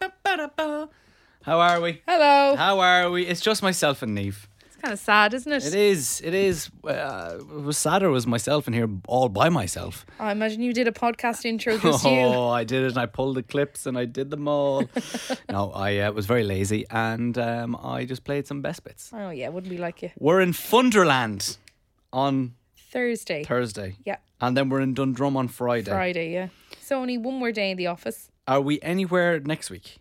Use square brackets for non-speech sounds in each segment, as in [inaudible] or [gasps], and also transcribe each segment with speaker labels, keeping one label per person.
Speaker 1: Ba-da-ba. How are we?
Speaker 2: Hello.
Speaker 1: How are we? It's just myself and Neve.
Speaker 2: It's kind of sad, isn't it?
Speaker 1: It is. It is. Uh, it was sadder was myself in here all by myself.
Speaker 2: I imagine you did a podcast intro just
Speaker 1: [laughs]
Speaker 2: you.
Speaker 1: Oh, I did it. And I pulled the clips and I did them [laughs] all. no, I uh, was very lazy and um, I just played some best bits.
Speaker 2: Oh yeah, wouldn't be like you.
Speaker 1: We're in Funderland on
Speaker 2: Thursday.
Speaker 1: Thursday.
Speaker 2: yeah.
Speaker 1: And then we're in Dundrum on Friday.
Speaker 2: Friday, yeah. So only one more day in the office.
Speaker 1: Are we anywhere next week?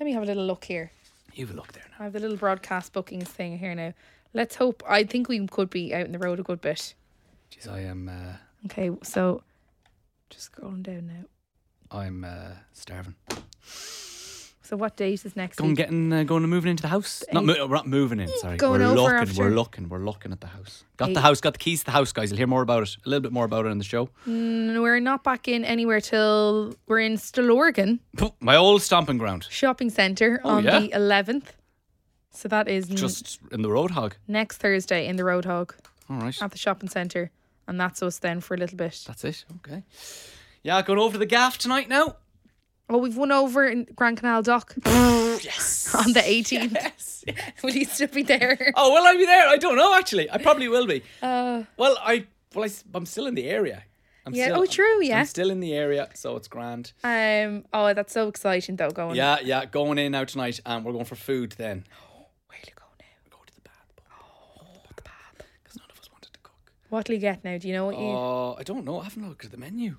Speaker 2: Let me have a little look here.
Speaker 1: You have a look there now.
Speaker 2: I have the little broadcast bookings thing here now. Let's hope I think we could be out in the road a good bit.
Speaker 1: Jeez, I am. Uh,
Speaker 2: Okay, so just scrolling down now.
Speaker 1: I'm uh, starving.
Speaker 2: So what date is next
Speaker 1: Going
Speaker 2: week?
Speaker 1: getting uh, going and moving into the house. Not mo- we're not moving in. Sorry,
Speaker 2: Going
Speaker 1: we're
Speaker 2: over
Speaker 1: looking.
Speaker 2: after-
Speaker 1: We're looking. We're looking at the house. Got
Speaker 2: Eight.
Speaker 1: the house. Got the keys to the house, guys. You'll hear more about it. A little bit more about it in the show.
Speaker 2: Mm, We're not back in anywhere till we're in Stillorgan
Speaker 1: My old stomping ground,
Speaker 2: shopping centre on
Speaker 1: Oh, yeah.
Speaker 2: the eleventh. So that is n-
Speaker 1: just in the road hog.
Speaker 2: next Thursday in the Roadhog.
Speaker 1: All right,
Speaker 2: at the shopping centre, and that's us then for a little bit.
Speaker 1: that's it. Okay. Yeah, going over to the gaff tonight now.
Speaker 2: Oh, we've won over in Grand Canal [laughs] Dock
Speaker 1: Yes.
Speaker 2: on the 18th. [laughs] Will you still be there?
Speaker 1: Oh, will I be there? I don't know. Actually, I probably will be.
Speaker 2: [laughs] Uh,
Speaker 1: Well, I well I, am still in the area. I'm
Speaker 2: Yeah,
Speaker 1: Still,
Speaker 2: oh, true, yeah.
Speaker 1: I'm still in the area, so it's grand.
Speaker 2: um. Oh, that's so exciting though. Going.
Speaker 1: Yeah, yeah. Going in now tonight, and we're going for food then.
Speaker 2: Where you go now?
Speaker 1: Go to the bath.
Speaker 2: The bath.
Speaker 1: Because none of us wanted to cook.
Speaker 2: What'll you get now? Do you know what you
Speaker 1: Oh, I don't know. I haven't looked at the menu.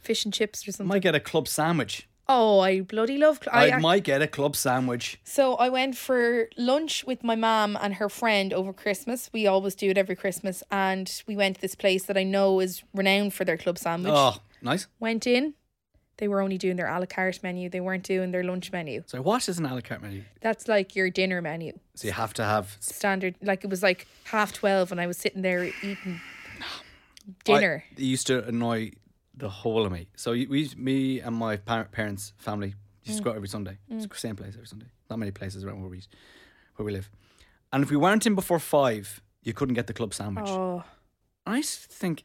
Speaker 2: fish and chips or
Speaker 1: I
Speaker 2: something?
Speaker 1: might get a club sandwich.
Speaker 2: oh, I bloody love. Cl-
Speaker 1: I,
Speaker 2: I, ac-
Speaker 1: might get a club sandwich.
Speaker 2: so I went for lunch with my mom and her friend over Christmas. We always do it every Christmas, and we went to this place that I know is renowned for their club sandwich.
Speaker 1: Oh, nice.
Speaker 2: went in, they were only doing their a la carte menu. They weren't doing their lunch menu.
Speaker 1: So what is an a la carte menu?
Speaker 2: That's like your dinner menu.
Speaker 1: So you have to have
Speaker 2: Standard, like it was like half 12 and I was sitting there
Speaker 1: [gasps]
Speaker 2: eating dinner.
Speaker 1: I, it used to annoy the whole of me. So you- we, me and my par- parents, family, used to go out every Sunday. It's the same place every Sunday. Not many places around where we where we live. And if we weren't in before five, you couldn't get the club sandwich.
Speaker 2: oh,
Speaker 1: And I used to think,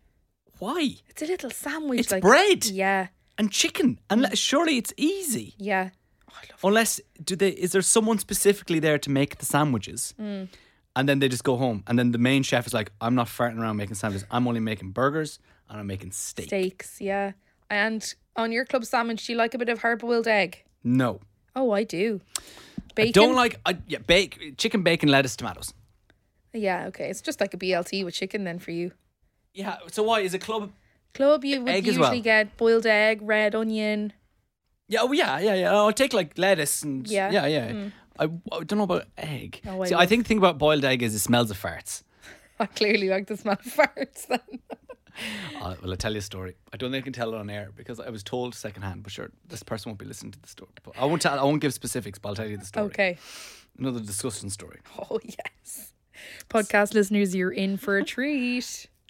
Speaker 1: why?
Speaker 2: it's a little sandwich.
Speaker 1: It's
Speaker 2: like
Speaker 1: bread.
Speaker 2: Yeah,
Speaker 1: And chicken. And le- surely it's easy.
Speaker 2: yeah. Oh, I love
Speaker 1: Unless do they is there someone specifically there to make the sandwiches?
Speaker 2: Mm.
Speaker 1: And then they just go home. And then the main chef is like, I'm not farting around making sandwiches. I'm only making burgers and I'm making steak.
Speaker 2: steaks. Yeah. And on your club sandwich, do you like a bit of hard boiled egg?
Speaker 1: No.
Speaker 2: Oh, I do. Bacon.
Speaker 1: I don't like I, yeah, bake chicken, bacon, lettuce, tomatoes.
Speaker 2: Yeah, okay. It's just like a BLT with chicken then for you.
Speaker 1: Yeah. So why is a club?
Speaker 2: Club, you would
Speaker 1: Egg as
Speaker 2: usually
Speaker 1: well.
Speaker 2: get boiled egg, red onion.
Speaker 1: Yeah. Oh yeah. Yeah. Yeah. I'll take like lettuce and
Speaker 2: Yeah.
Speaker 1: yeah. Yeah. yeah. I, I don't know about egg.
Speaker 2: Oh, I
Speaker 1: See, I
Speaker 2: love-
Speaker 1: think the thing about boiled egg is it smells of farts.
Speaker 2: I clearly like the smell of [laughs] farts then.
Speaker 1: Uh, well, I'll tell you a story. I don't think I can tell it on air because I was told secondhand, but sure, this person won't be listening to the story. But I won't tell, I won't give specifics, but I'll tell you the story.
Speaker 2: Okay.
Speaker 1: Another disgusting story.
Speaker 2: Oh, yes. Podcast listeners, you're in for a treat.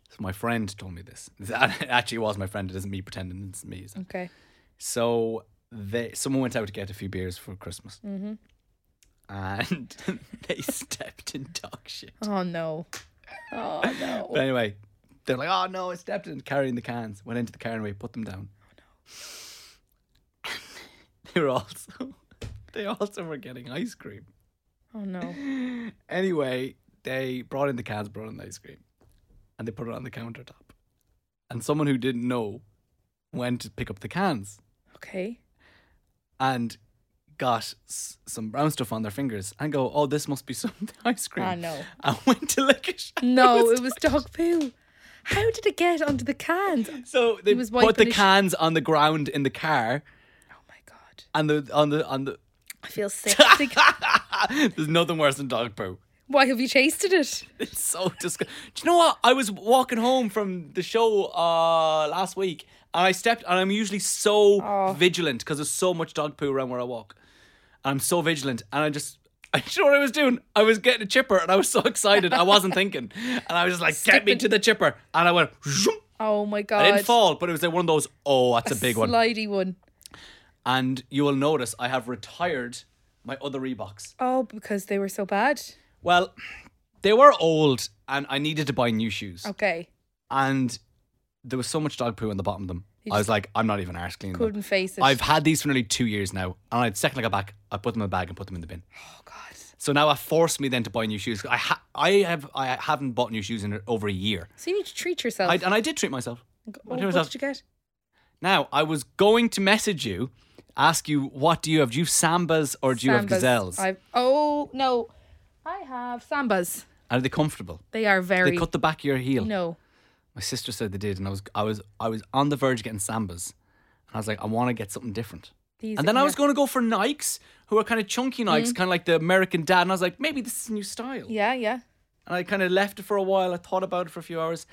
Speaker 1: So my friend told me this. [laughs] That actually was my friend. It isn't me pretending it's me. is it?
Speaker 2: Okay.
Speaker 1: So they, someone went out to get a few beers for Christmas. Mm-hmm. And [laughs] they stepped in dog shit.
Speaker 2: Oh, no. Oh, no.
Speaker 1: But anyway, they're like, oh no, I stepped in carrying the cans. Went into the car anyway, put them down. [laughs] they were also they also were getting ice cream.
Speaker 2: Oh, no.
Speaker 1: Anyway, they brought in the cans, brought in the ice cream, and they put it on the countertop. And someone who didn't know went to pick up the cans
Speaker 2: [laughs] Okay.
Speaker 1: and got s- some brown stuff on their fingers and go, oh, this must be [laughs] some ice cream.
Speaker 2: Ah, no.
Speaker 1: And went to lick it.
Speaker 2: No, it was dog poo. How did it get onto the cans? Oh,
Speaker 1: So they
Speaker 2: was
Speaker 1: put
Speaker 2: wiping
Speaker 1: the
Speaker 2: his-
Speaker 1: cans on the ground in the car.
Speaker 2: my God.
Speaker 1: and the on the on the [laughs]
Speaker 2: I feel [laughs] sick.
Speaker 1: there's nothing worse than dog poo.
Speaker 2: Why have you tasted it?
Speaker 1: It's so disgusting. Do you know what? I was walking home from the show uh last week, and I stepped, and I'm usually so
Speaker 2: Oh.
Speaker 1: vigilant because there's so much dog poo around where I walk, and I'm so vigilant, and I just. [laughs] I you know what I was doing. I was getting a chipper and I was so excited. I wasn't thinking. And I was just like, get me
Speaker 2: Skipping.
Speaker 1: to the chipper. And I went, zoom.
Speaker 2: Oh, my God.
Speaker 1: I didn't fall, but it was like one of those, oh, that's a big one.
Speaker 2: Slidey one.
Speaker 1: And you will notice I have retired my other Reeboks.
Speaker 2: Oh, because they were so bad.
Speaker 1: Well, they were old and I needed to buy new shoes.
Speaker 2: Okay.
Speaker 1: And there was so much dog poo on the bottom of them.
Speaker 2: You
Speaker 1: I was
Speaker 2: just
Speaker 1: like, I'm not even arse cleaning them.
Speaker 2: couldn't face it.
Speaker 1: I've had these for nearly two years now, and I, the second I got back, I put them in a bag and put them in the bin.
Speaker 2: oh God.
Speaker 1: So now I forced me then to buy new shoes. I ha- I have I haven't bought new shoes in over a year,
Speaker 2: So you need to treat yourself.
Speaker 1: I, and I did treat myself.
Speaker 2: Go-
Speaker 1: I
Speaker 2: oh,
Speaker 1: do
Speaker 2: what
Speaker 1: myself-
Speaker 2: did you get?
Speaker 1: Now I was going to message you, ask you what do you have? Do you have sambas or do you have
Speaker 2: Sambas.
Speaker 1: gazelles?
Speaker 2: I've, oh no, I have sambas.
Speaker 1: And are they comfortable?
Speaker 2: They are
Speaker 1: They
Speaker 2: very
Speaker 1: cut the back of your heel.
Speaker 2: no.
Speaker 1: My sister said they did, and I was I was I was on the verge of getting sambas, and I was like, I want to get something different.
Speaker 2: These
Speaker 1: And then I
Speaker 2: are-
Speaker 1: was going to go for Nikes, who are kind of chunky Nikes, kind of like the American dad. And I was like, maybe this is a new style.
Speaker 2: Yeah, yeah.
Speaker 1: And I kind of left it for a while. I thought about it for a few hours.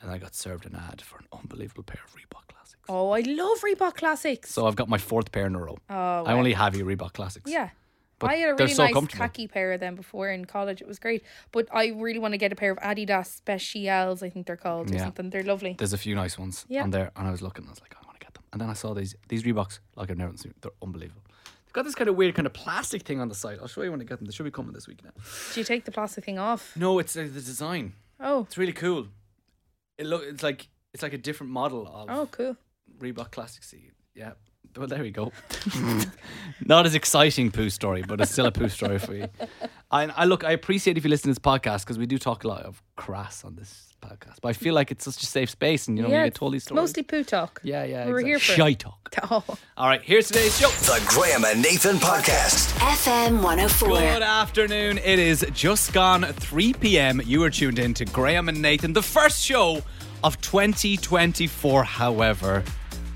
Speaker 1: And I got served an ad for an unbelievable pair of Reebok Classics.
Speaker 2: Oh, I love Reebok classics.
Speaker 1: So I've got my fourth pair in a row.
Speaker 2: oh,
Speaker 1: I
Speaker 2: wow.
Speaker 1: only have your Reebok Classics.
Speaker 2: Yeah.
Speaker 1: But
Speaker 2: I had a
Speaker 1: they're
Speaker 2: really
Speaker 1: so
Speaker 2: nice
Speaker 1: comfortable.
Speaker 2: khaki pair of them before in college. It was great. But I really want to get a pair of Adidas Specials, I think they're called, or
Speaker 1: Yeah.
Speaker 2: something. They're lovely.
Speaker 1: There's a few nice ones
Speaker 2: Yeah.
Speaker 1: on there. And I was looking, I was like, I want to get them. And then I saw these these Reeboks, like I've never seen. They're unbelievable. They've got this kind of weird kind of plastic thing on the side. I'll show you when I get them. They should be coming this week now.
Speaker 2: Do you take the plastic thing off?
Speaker 1: No, it's uh, the design.
Speaker 2: Oh.
Speaker 1: It's really cool. It look it's like it's like a different model of
Speaker 2: Oh, cool.
Speaker 1: Reebok Classic C. Yeah. Well, there we go. [laughs] Not as exciting poo story, but it's still a poo story
Speaker 2: [laughs]
Speaker 1: for you. And I look, I appreciate if you listen to this podcast because we do talk a lot of crass on this podcast. But I feel like it's such a safe space, and you know,
Speaker 2: yeah,
Speaker 1: you get told these
Speaker 2: it's
Speaker 1: stories.
Speaker 2: mostly poo talk.
Speaker 1: yeah, yeah.
Speaker 2: We're
Speaker 1: exactly.
Speaker 2: here for it. [laughs]
Speaker 1: shy talk.
Speaker 2: Oh.
Speaker 1: All right, here's today's show.
Speaker 3: The Graham and Nathan Podcast.
Speaker 4: FM 104.
Speaker 1: Good afternoon. It is just gone 3 p.m. You are tuned in to Graham and Nathan, the first show of 2024. However,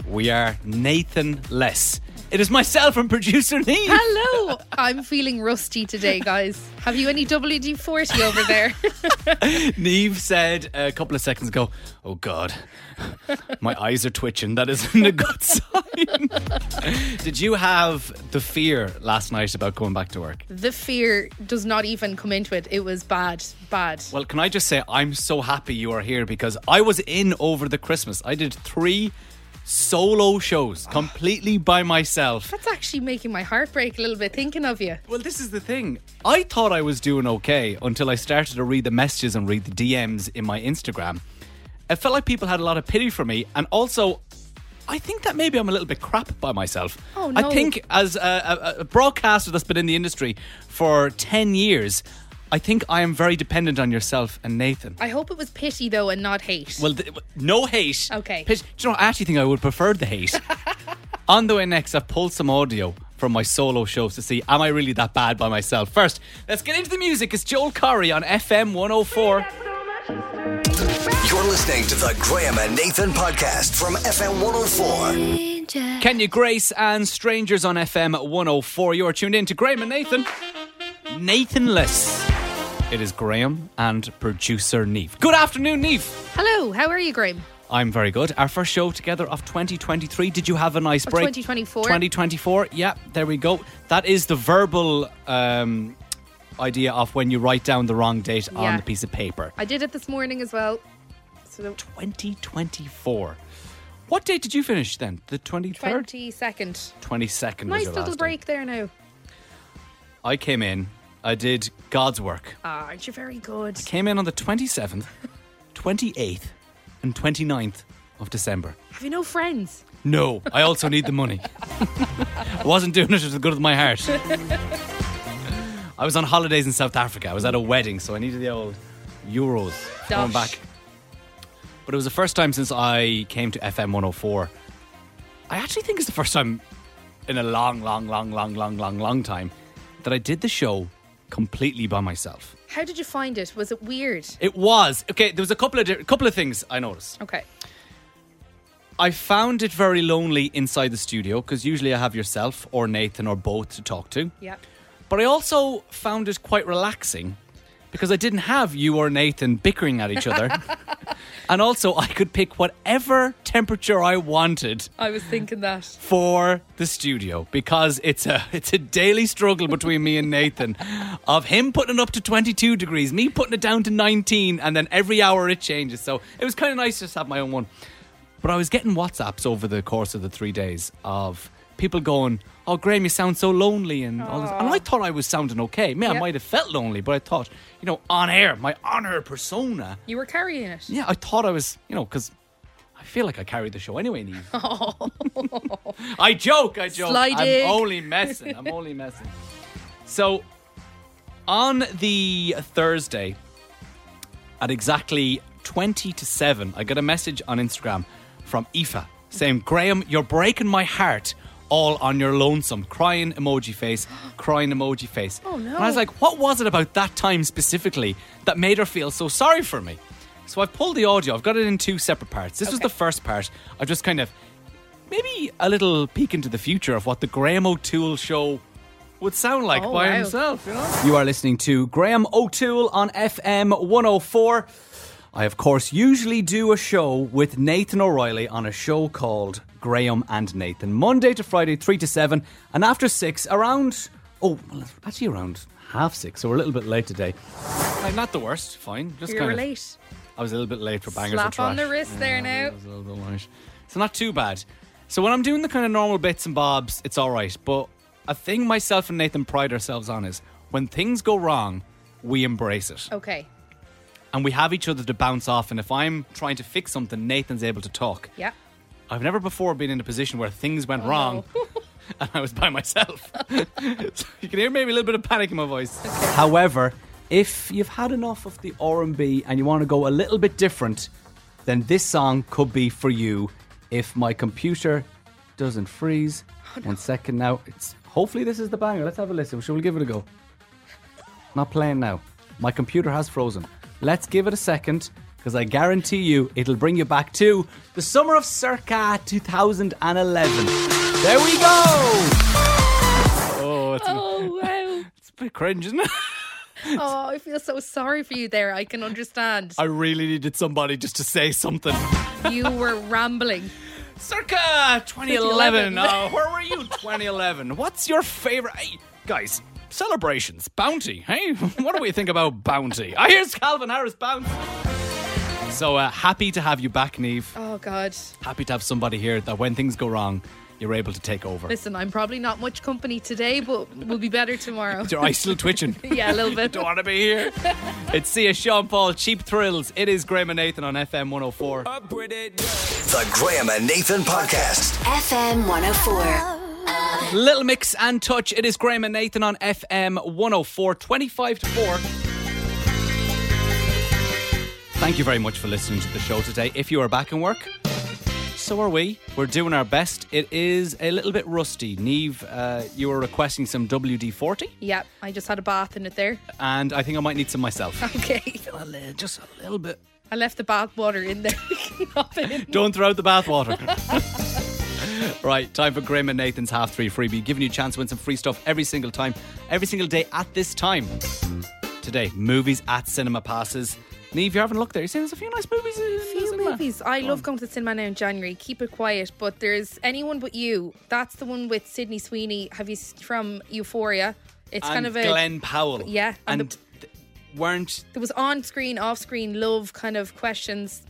Speaker 1: we are Nathan less. It is myself and producer [laughs] Neve.
Speaker 2: Hello. I'm feeling rusty today, guys. Have you any WD 40 over there? [laughs]
Speaker 1: Neve said a couple of seconds ago, Oh God, [laughs] my eyes are twitching. That isn't a good [laughs] sign. Did you have the fear last night about going back to work?
Speaker 2: the fear does not even come into it. It was bad, bad.
Speaker 1: Well, can I just say I'm so happy you are here because I was in over the Christmas. I did three solo shows
Speaker 2: Ah.
Speaker 1: completely by myself.
Speaker 2: That's actually making my heart break a little bit thinking of you.
Speaker 1: Well, this is the thing. I thought I was doing okay until I started to read the messages and read the DMs in my Instagram. It felt like people had a lot of pity for me, and also, I think that maybe I'm a little bit crap by myself.
Speaker 2: Oh,
Speaker 1: I
Speaker 2: no.
Speaker 1: think as a, a, a broadcaster that's been in the industry for ten years, I think I am very dependent on yourself and Nathan.
Speaker 2: I hope it was pity though and not hate.
Speaker 1: Well, th- no hate.
Speaker 2: Okay.
Speaker 1: Pish- do you know, I actually think I would prefer the hate. On the way next, I've pulled some audio from my solo shows to see am I really that bad by myself. First, let's get into the music. It's Joel Corey on FM 104.
Speaker 3: You're listening to the Graham and Nathan Podcast from FM 104.
Speaker 1: Kenya Grace and Strangers on FM 104. You're tuned in to Graham and Nathan. Nathanless. It is Graham and producer Neve. Good afternoon, Neve.
Speaker 2: Hello, how are you, Graham?
Speaker 1: I'm very good. Our first show together of 2023. Did you have a nice break?
Speaker 2: 2024.
Speaker 1: 2024. Yeah, there we go. That is the verbal um, idea of when you write down the wrong date on
Speaker 2: Yeah.
Speaker 1: the piece of paper.
Speaker 2: I did it this morning as well. So the
Speaker 1: 2024. What date did you finish then? The 23rd?
Speaker 2: 22nd.
Speaker 1: 22nd. was
Speaker 2: Nice
Speaker 1: your
Speaker 2: little
Speaker 1: last
Speaker 2: break there now.
Speaker 1: Day. I came in. I did God's work.
Speaker 2: Ah, aren't you very good?
Speaker 1: Came in on the 27th, 28th, and 29th of December.
Speaker 2: Have you no friends?
Speaker 1: No, I also need the money. I wasn't doing it to the good of my heart. I was on holidays in South Africa. I was at a wedding, so I needed the old euros coming
Speaker 2: Dosh.
Speaker 1: back. But it was the first time since I came to FM 104. I actually think it's the first time in a long, long, long, long, long, long, long time that I did the show completely by myself.
Speaker 2: How did you find it? Was it weird?
Speaker 1: It was okay. There was a couple of di- couple of things I noticed.
Speaker 2: Okay.
Speaker 1: I found it very lonely inside the studio because usually I have yourself or Nathan or both to talk to.
Speaker 2: Yeah.
Speaker 1: But I also found it quite relaxing because I didn't have you or Nathan bickering at each other. and also, I could pick whatever temperature I wanted
Speaker 2: I was thinking that.
Speaker 1: for the studio because it's a it's a daily struggle between me and Nathan of him putting it up to 22 degrees me putting it down to 19 and then every hour it changes so it was kind of nice to just have my own one but I was getting WhatsApps over the course of the 3 days of people going oh Graham you sound so lonely and all this and I thought I was sounding okay me I
Speaker 2: Yep.
Speaker 1: might have felt lonely but I thought you know on air my on air persona
Speaker 2: You were carrying it.
Speaker 1: yeah, I thought I was, you know, because I I feel like I carried the show anyway, Neve. I joke, I joke.
Speaker 2: Sly dig.
Speaker 1: I'm only messing. I'm only messing. So on the Thursday at exactly 20 to 7, I got a message on Instagram from Aoife saying, Graham, you're breaking my heart all on your lonesome. Crying emoji face, crying emoji face. Oh
Speaker 2: no.
Speaker 1: And I was like, what was it about that time specifically that made her feel so sorry for me? So I've pulled the audio, I've got it in two separate parts. This was
Speaker 2: Okay.
Speaker 1: the first part. I just kind of maybe a little peek into the future of what the Graham O'Toole show would sound like
Speaker 2: Oh,
Speaker 1: by
Speaker 2: wow.
Speaker 1: himself, you know? You are listening to Graham O'Toole on FM 104. I, of course, usually do a show with Nathan O'Reilly on a show called Graham and Nathan, Monday to Friday, 3 to 7, and after 6, around, oh, well, it's actually around half 6, so we're a little bit late today. I'm not the worst, fine. Just
Speaker 2: You're
Speaker 1: kind of-
Speaker 2: late.
Speaker 1: I was a little bit late for bangers and
Speaker 2: Slap
Speaker 1: trash.
Speaker 2: on the wrist there now.
Speaker 1: It was a little bit light. So not too bad. So when I'm doing the kind of normal bits and bobs, it's all right. But a thing myself and Nathan pride ourselves on is when things go wrong, we embrace it
Speaker 2: Okay.
Speaker 1: and we have each other to bounce off. And if I'm trying to fix something, Nathan's able to talk.
Speaker 2: Yeah.
Speaker 1: I've never before been in a position where things went wrong and I was by myself. [laughs] so you can hear maybe a little bit of panic in my voice. However, if you've had enough of the R&B and you want to go a little bit different, then this song could be for you if my computer doesn't freeze. One second now. It's hopefully this is the banger. Let's have a listen. Shall we give it a go? Not playing now. My computer has frozen. Let's give it a second because I guarantee you it'll bring you back to the summer of circa 2011. There we go. Oh, it's,
Speaker 2: Oh wow.
Speaker 1: it's a bit cringe, isn't it?
Speaker 2: [laughs]
Speaker 1: [laughs]
Speaker 2: Oh, I feel so sorry for you there. I can understand.
Speaker 1: I really needed somebody just to say something.
Speaker 2: You were rambling.
Speaker 1: Circa 2011. Uh, where were you 2011? What's your favorite? Hey, guys, celebrations, bounty. Hey, [laughs] what do we think about bounty? I here's Calvin Harris bounty. So uh, happy to have you back, Neve.
Speaker 2: Oh God.
Speaker 1: Happy to have somebody here that when things go wrong, you're able to take over.
Speaker 2: Listen, I'm probably not much company today, but we'll be better
Speaker 1: [laughs]
Speaker 2: tomorrow.
Speaker 1: Your eyes still twitching.
Speaker 2: yeah, a little bit.
Speaker 1: Don't want to be here. It's Sia Sean Paul, Cheap Thrills. It is Graham and Nathan on FM 104.
Speaker 3: The Graham and Nathan Podcast.
Speaker 4: FM 104.
Speaker 1: Little Mix and Touch. It is Graham and Nathan on FM 104, 25 oh to 4. Thank you very much for listening to the show today. If you are back in work, so are we. We're doing our best. It is a little bit rusty. Neve, uh, you were requesting some WD 40,
Speaker 2: Yeah, I just had a bath in it there.
Speaker 1: and I think I might need some myself.
Speaker 2: Okay.
Speaker 1: [laughs] A li- Just a little bit.
Speaker 2: I left the bath water in there. [laughs] Not in.
Speaker 1: Don't throw out the bathwater. [laughs] right, time for Graham and Nathan's half three freebie, giving you a chance to win some free stuff every single time, every single day at this time. Today, movies at cinema passes. Neve, you're having a look there. You're seeing there's a few nice movies. In the
Speaker 2: Few
Speaker 1: cinema.
Speaker 2: movies. I love going to the cinema now in January. Keep it quiet, but there's anyone but you. That's the one with Sydney Sweeney. Have you s- from Euphoria? It's
Speaker 1: And
Speaker 2: kind of a
Speaker 1: Glenn Powell.
Speaker 2: Yeah, and
Speaker 1: and,
Speaker 2: the-
Speaker 1: th- weren't
Speaker 2: there was on screen, off screen love kind of questions.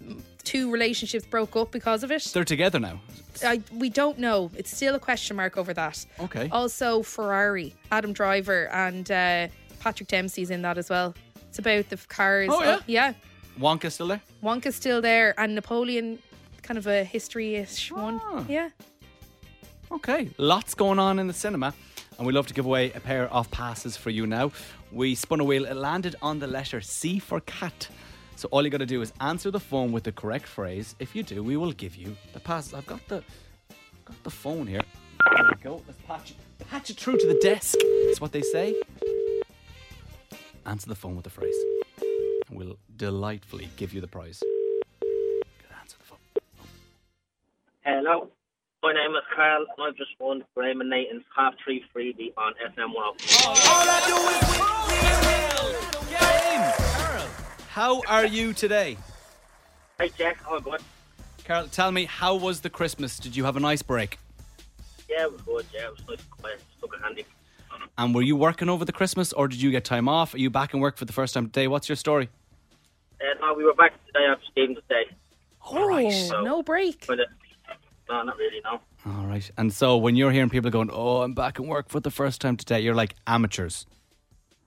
Speaker 2: Two relationships broke up because of it.
Speaker 1: they're together now?
Speaker 2: I, we don't know. It's still a question mark over that.
Speaker 1: Okay.
Speaker 2: Also, Ferrari, Adam Driver, and uh, Patrick Dempsey's in that as well. It's about the f- cars.
Speaker 1: Oh, yeah?
Speaker 2: yeah.
Speaker 1: Wonka still there?
Speaker 2: Wonka's still there, and Napoleon, kind of a history ish one.
Speaker 1: Ah.
Speaker 2: Yeah.
Speaker 1: Okay, lots going on in the cinema, and we love to give away a pair of passes for you now. We spun a wheel, it landed on the letter C for cat. So all you got to do is answer the phone with the correct phrase. If you do, we will give you the pass. I've got the I've got the phone here. There we go. Let's patch it, patch it through to the desk. That's what they say. Answer the phone with the phrase, and we'll delightfully give you the prize. Gotta Answer the phone.
Speaker 5: Hello. My name is Carl, and I've just won Raymond Nathan's half three freebie on FM 104.
Speaker 1: How are you today?
Speaker 5: Hey, Jack. All good.
Speaker 1: Carol, tell me, how was the Christmas? Did you have a nice break?
Speaker 5: Yeah, it was good. Yeah, it was nice and quiet. Stuck a handy.
Speaker 1: And were you working over the Christmas or did you get time off? Are you back in work for the first time today? What's your story?
Speaker 5: Uh, no, we were back today after Stephen's Day.
Speaker 1: All right.
Speaker 5: so-
Speaker 2: Oh, no break.
Speaker 5: But, uh, no, not really, no.
Speaker 1: All right. And so when you're hearing people going, oh, I'm back in work for the first time today, you're like amateurs.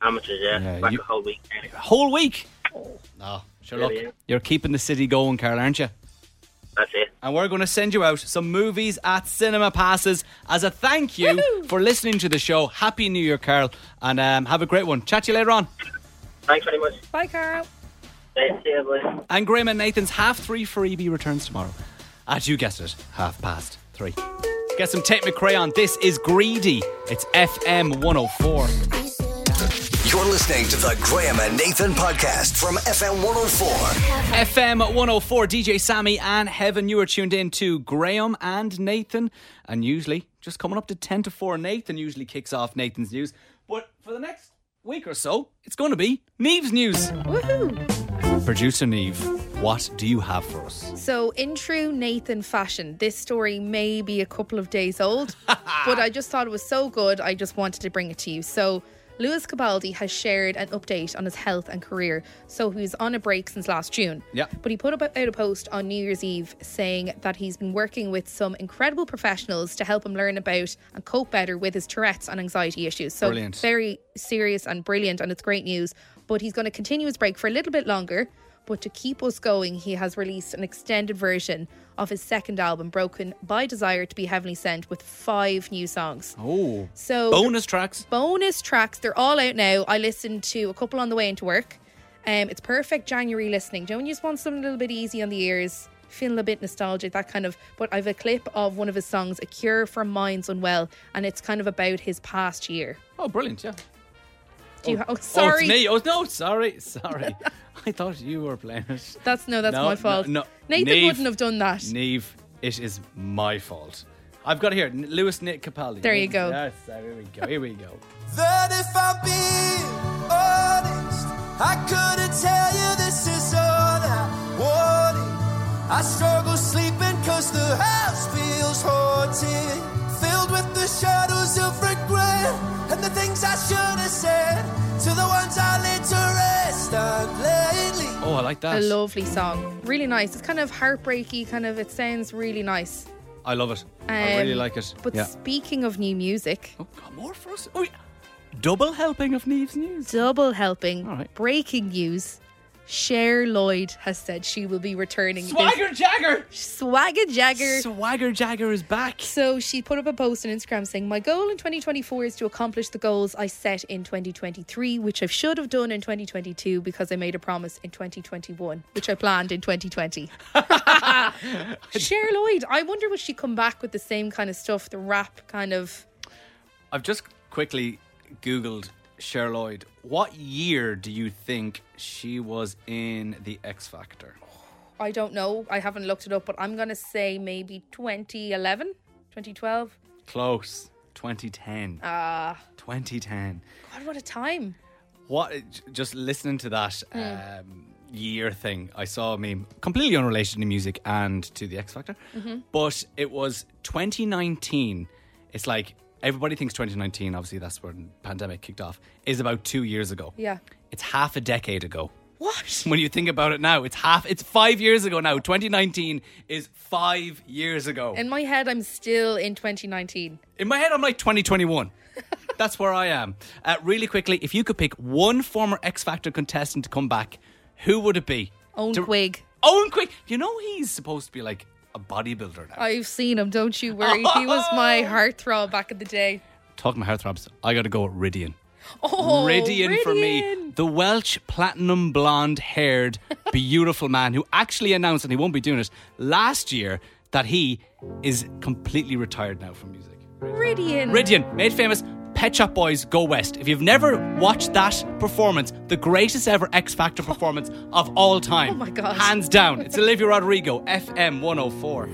Speaker 5: Amateurs, yeah.
Speaker 1: Yeah,
Speaker 5: back
Speaker 1: you-
Speaker 5: a whole week. Yeah,
Speaker 1: Whole week. No, sure, look.
Speaker 5: Yeah, yeah.
Speaker 1: You're keeping the city going, Carol, aren't you?
Speaker 5: That's it.
Speaker 1: and we're going to send you out some movies at Cinema Passes as a thank you
Speaker 2: Woohoo!
Speaker 1: for listening to the show. Happy New Year, Carl, and um, have a great one. Chat to you later on.
Speaker 5: Thanks very much.
Speaker 2: Bye, Carl.
Speaker 5: Stay safe, bye.
Speaker 1: And Graham and Nathan's half three freebie returns tomorrow. As you guessed it, half past three. Get some Tate McRae on. This is Greedy. It's FM 104.
Speaker 3: You're listening to the Graham and Nathan podcast from FM 104.
Speaker 1: FM 104, DJ Sammy and Heaven. You are tuned in to Graham and Nathan. And usually, just coming up to 10 to 4, Nathan usually kicks off Nathan's news. But for the next week or so, it's going to be Neve's news.
Speaker 2: Woohoo!
Speaker 1: Producer Neve, what do you have for us?
Speaker 2: So, in true Nathan fashion, this story may be a couple of
Speaker 1: [laughs]
Speaker 2: days old, but I just thought it was so good, I just wanted to bring it to you. So, Lewis Cabaldi has shared an update on his health and career. So, he was on a break since last June.
Speaker 1: Yeah.
Speaker 2: But he put up, out a post on New Year's Eve saying that he's been working with some incredible professionals to help him learn about and cope better with his Tourette's and anxiety issues. So,
Speaker 1: Brilliant.
Speaker 2: very serious and brilliant, and it's great news. But he's going to continue his break for a little bit longer. But to keep us going, he has released an extended version of his second album, Broken by Desire to Be Heavenly Sent, with five new songs.
Speaker 1: Oh,
Speaker 2: So,
Speaker 1: bonus tracks.
Speaker 2: bonus tracks, they're all out now. I listened to a couple on the way into work. Um, it's perfect January listening. Do you know when you just want something a little bit easy on the ears? Feeling a bit nostalgic, that kind of. But I've a clip of one of his songs, A Cure for Minds Unwell, and it's kind of about his past year.
Speaker 1: Oh, brilliant, yeah.
Speaker 2: Do you?
Speaker 1: Oh,
Speaker 2: Oh, sorry.
Speaker 1: it's me. Oh, no, sorry,
Speaker 2: [laughs]
Speaker 1: sorry. I thought you were playing it.
Speaker 2: That's no, that's
Speaker 1: No,
Speaker 2: my fault.
Speaker 1: no, no.
Speaker 2: Nathan
Speaker 1: Neve.
Speaker 2: wouldn't have done that.
Speaker 1: Neve, it is my fault. I've got it here. N- Lewis Nick Capaldi.
Speaker 2: There you go.
Speaker 1: Yes, here we go. Here we go.
Speaker 6: That if I'm being honest, I couldn't tell you this is all I wanted. I struggle sleeping cause the house feels haunted, filled with the shadows of regret and the things I should have said to the ones I laid to rest on lately.
Speaker 1: Oh, I like that.
Speaker 2: A lovely song, really nice. It's kind of heartbreaky, kind of. It sounds really nice.
Speaker 1: I love it. I really
Speaker 2: Um,
Speaker 1: like it.
Speaker 2: But
Speaker 1: yeah.
Speaker 2: speaking of new music,
Speaker 1: oh, got more for us. Oh, yeah. double helping of Neve's news.
Speaker 2: double helping,
Speaker 1: All right.
Speaker 2: breaking news. Cher Lloyd has said she will be returning.
Speaker 1: Swagger Jagger.
Speaker 2: This, swagger Jagger.
Speaker 1: Swagger Jagger is back.
Speaker 2: So she put up a post on Instagram saying, My goal in 2024 is to accomplish the goals I set in 2023, which I should have done in 2022 because I made a promise in 2021, which I planned in 2020. Cher Lloyd, I wonder would she come back with the same kind of stuff, the rap kind of.
Speaker 1: I've just quickly googled Cher Lloyd. What year do you think she was in the X Factor?
Speaker 2: I don't know. I haven't looked it up, but I'm going to say maybe 2011, 2012.
Speaker 1: Close. 2010. Ah. 2010.
Speaker 2: God, what a time.
Speaker 1: What? j- Just listening to that um, year thing, I saw a meme completely unrelated to music and to the X Factor, but it was 2019. It's like everybody thinks 2019. Obviously, that's when pandemic kicked off. Is about two years ago.
Speaker 2: Yeah.
Speaker 1: it's half a decade ago. [laughs]
Speaker 2: What?
Speaker 1: When you think about it now, it's half. It's five years ago now. 2019 is five years ago.
Speaker 2: In my head, I'm still in 2019.
Speaker 1: In my head, I'm like 2021. [laughs] That's where I am. Uh, really quickly, if you could pick one former X Factor contestant to come back, who would it be?
Speaker 2: Own
Speaker 1: To-
Speaker 2: Quig.
Speaker 1: Owen Quig. You know he's supposed to be like a bodybuilder now.
Speaker 2: I've seen him, don't you worry. He was my heartthrob back in the day.
Speaker 1: Talking about heartthrobs, I got to go with Ridian.
Speaker 2: Oh,
Speaker 1: Ridian for me, the Welsh platinum blonde haired, beautiful man who actually announced, and he won't be doing it, last year that he is completely retired now from music.
Speaker 2: Ridian.
Speaker 1: Ridian, made famous. Pet Shop Boys Go West. If you've never watched that performance, the greatest ever X Factor performance of all time.
Speaker 2: [laughs] Oh my God.
Speaker 1: Hands down. It's Olivia Rodrigo, FM 104.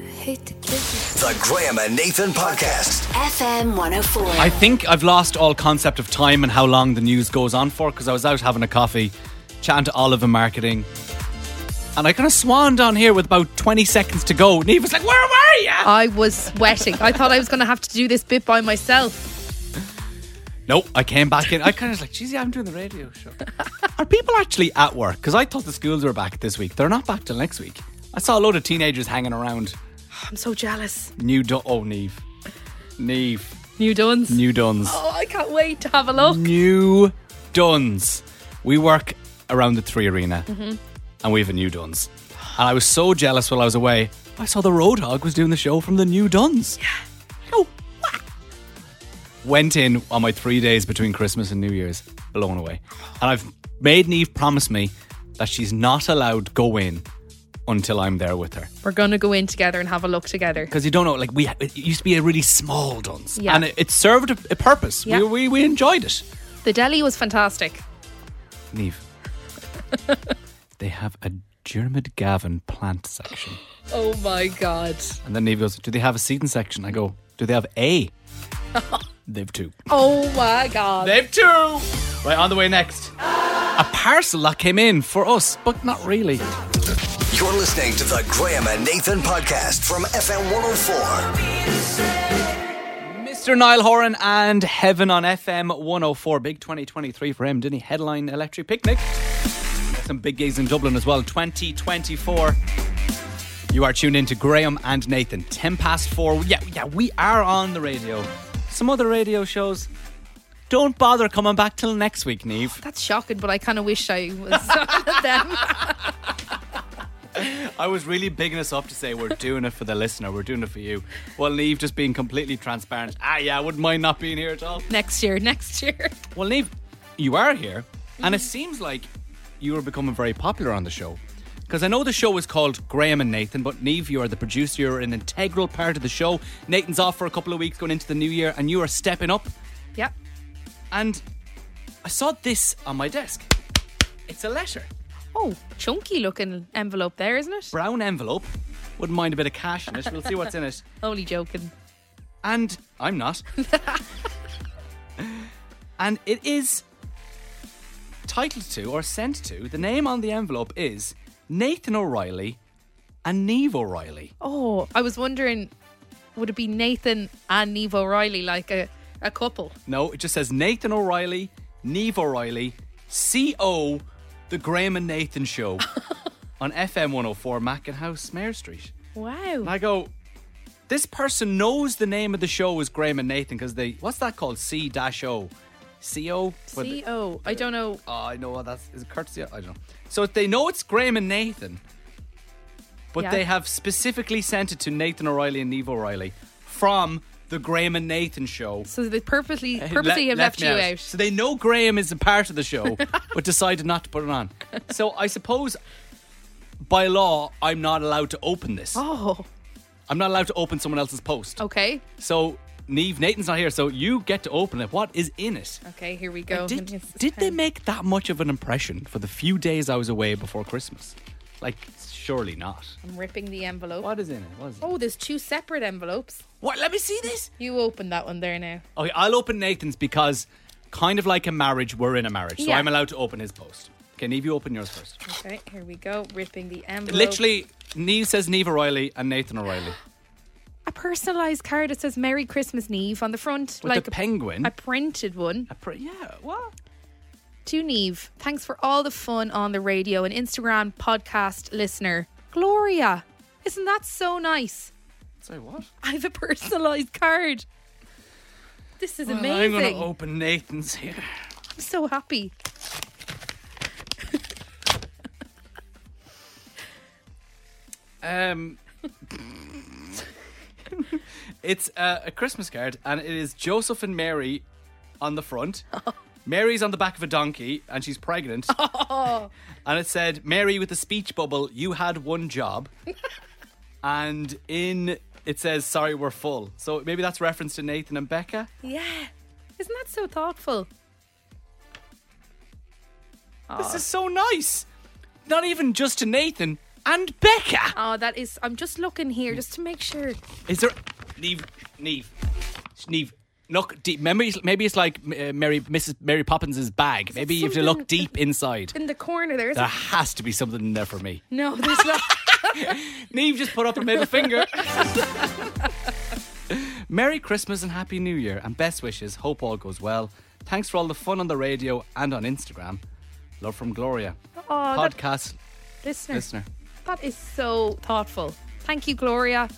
Speaker 3: The Graham and Nathan podcast.
Speaker 4: FM 104.
Speaker 1: I think I've lost all concept of time and how long the news goes on for because I was out having a coffee, chatting to Olive in marketing. And I kind of swanned on here with about 20 seconds to go. And Eve was like, Where were you?
Speaker 2: I was sweating. I thought I was going to have to do this bit by myself.
Speaker 1: Nope, I came back in. I kind of was like, geez, yeah, I'm doing the radio show. [laughs] Are people actually at work? Because I thought the schools were back this week. They're not back till next week. I saw a load of teenagers hanging around.
Speaker 2: I'm so jealous.
Speaker 1: New Dun. Oh, Neve. Neve.
Speaker 2: New Duns.
Speaker 1: New Duns.
Speaker 2: oh, I can't wait to have a look.
Speaker 1: New Duns. We work
Speaker 2: Mm-hmm.
Speaker 1: around the three arena and we have a new Duns. And I was so jealous while I was away. I saw the Roadhog was doing the show from the New Duns. Yeah. Oh, wha- Went in on my three days between Christmas and New Year's, blown away. And I've made Neve promise me that she's not allowed to go in until I'm there with her.
Speaker 2: We're going to go in together and have a look together.
Speaker 1: Because you don't know, like, we it used to be a really small Duns.
Speaker 2: Yeah.
Speaker 1: And it, it served a, a purpose.
Speaker 2: Yeah.
Speaker 1: We, we, we enjoyed it.
Speaker 2: The deli was fantastic.
Speaker 1: [laughs] Neve, they have a Dermot Gavin plant section.
Speaker 2: Oh my God.
Speaker 1: And then Neve goes, Do they have a seating section? I go, Do they have [laughs] a? They've two.
Speaker 2: Oh my God.
Speaker 1: They've two! Right, on the way next. A parcel that came in for us, but not really.
Speaker 3: You're listening to the Graham and Nathan podcast from FM 104.
Speaker 1: Mr. Niall Horan and Heaven on FM 104. Big 2023 for him, didn't he? Headline Electric Picnic. Some big gigs in Dublin as well. 2024. You are tuned in to Graham and Nathan. 10 past 4. Yeah, yeah, we are on the radio. Some other radio shows. Don't bother coming back till next week, Neve.
Speaker 2: That's shocking, but I kind of wish I was [laughs] one of them.
Speaker 1: I was really bigging us up to say we're doing it for the listener, we're doing it for you. Well, Neve just being completely transparent. Ah, yeah, I wouldn't mind not being here at all.
Speaker 2: Next year, next year.
Speaker 1: Well, Neve, you are here, and it seems like you are becoming very popular on the show. Because I know the show is called Graham and Nathan, but Neve, you are the producer, you're an integral part of the show. Nathan's off for a couple of weeks going into the new year, and you are stepping up.
Speaker 2: Yep.
Speaker 1: And I saw this on my desk. It's a letter.
Speaker 2: Oh, chunky looking envelope there, isn't it?
Speaker 1: Brown envelope. Wouldn't mind a bit of cash in it. We'll see what's in it.
Speaker 2: Only joking.
Speaker 1: and I'm not. [laughs] and it is titled to or sent to. The name on the envelope is Nathan O'Reilly and Neve O'Reilly.
Speaker 2: Oh, I was wondering, would it be Nathan and Neve O'Reilly like a, a couple?
Speaker 1: No, it just says Nathan O'Reilly, Neve O'Reilly, CO, The Graham and Nathan Show on FM 104 Mackenhouse, Mare Street. And
Speaker 2: Wow.
Speaker 1: I go, this person knows the name of the show is Graham and Nathan because they, what's that called? C O? CO? What-
Speaker 2: CO. I don't know.
Speaker 1: Oh, I know what that's is it courtesy. I don't know. So they know it's Graham and Nathan, but
Speaker 2: Yeah.
Speaker 1: they have specifically sent it to Nathan O'Reilly and Neve O'Reilly from the Graham and Nathan show.
Speaker 2: So they purposely
Speaker 1: They
Speaker 2: purposely
Speaker 1: le-
Speaker 2: have left,
Speaker 1: me
Speaker 2: you out.
Speaker 1: So they know Graham is a part of the show, but decided not to put it on. So I suppose by law I'm not allowed to open this.
Speaker 2: [laughs] Oh,
Speaker 1: I'm not allowed to open someone else's post.
Speaker 2: okay.
Speaker 1: So Neve, Nathan's not here, so you get to open it. What is in it?
Speaker 2: Okay, here we go.
Speaker 1: Did,
Speaker 2: Yes,
Speaker 1: did they
Speaker 2: um,
Speaker 1: make that much of an impression for the few days I was away before Christmas? Like, surely not.
Speaker 2: I'm ripping the envelope.
Speaker 1: What is in it? What is it?
Speaker 2: Oh, there's two separate envelopes.
Speaker 1: What? Let me see this.
Speaker 2: You open that one there now.
Speaker 1: Okay, I'll open Nathan's because, kind of like a marriage, we're in a marriage, so
Speaker 2: Yeah.
Speaker 1: I'm allowed to open his post. Okay, Neve, you open yours first.
Speaker 2: Okay, here we go. Ripping the envelope.
Speaker 1: Literally, Neve says Neve O'Reilly and Nathan O'Reilly
Speaker 2: a personalised card that says "Merry Christmas, Neve" on the front,
Speaker 1: with
Speaker 2: like
Speaker 1: the
Speaker 2: a-
Speaker 1: penguin.
Speaker 2: a printed one.
Speaker 1: A pre- yeah. What?
Speaker 2: To Neve, thanks for all the fun on the radio and Instagram podcast listener. Gloria, isn't that so nice? [laughs]
Speaker 1: Say what?
Speaker 2: I have a personalised card. This is
Speaker 1: Well, I'm
Speaker 2: amazing.
Speaker 1: going to open Nathan's here.
Speaker 2: I'm so happy.
Speaker 1: Um, it's uh, a Christmas card, and it is Joseph and Mary on the front. Mary's on the back of a donkey, and she's pregnant. and it said, "Mary with a speech bubble, you had one job." and in it says, "Sorry, we're full." So maybe that's reference to Nathan and Becca.
Speaker 2: Yeah, isn't that so thoughtful?
Speaker 1: This is so nice. Not even just to Nathan and Becca.
Speaker 2: Oh, that is. I'm just looking here just to make sure.
Speaker 1: Is there Neve? Neve? Neve? Look deep. Maybe it's, maybe it's like uh, Mary, Mrs. Mary Poppins's bag. Maybe you have to look
Speaker 2: something-
Speaker 1: deep inside.
Speaker 2: In the corner there. Is
Speaker 1: There has to be something in there for me.
Speaker 2: No, there's
Speaker 1: [laughs]
Speaker 2: not.
Speaker 1: Neve just put up her middle finger. [laughs] Merry Christmas and Happy New Year and best wishes. Hope all goes well. Thanks for all the fun on the radio and on Instagram. Love from Gloria.
Speaker 2: Oh, that-
Speaker 1: Podcast
Speaker 2: listener,
Speaker 1: listener.
Speaker 2: that is so thoughtful. Thank you, Gloria.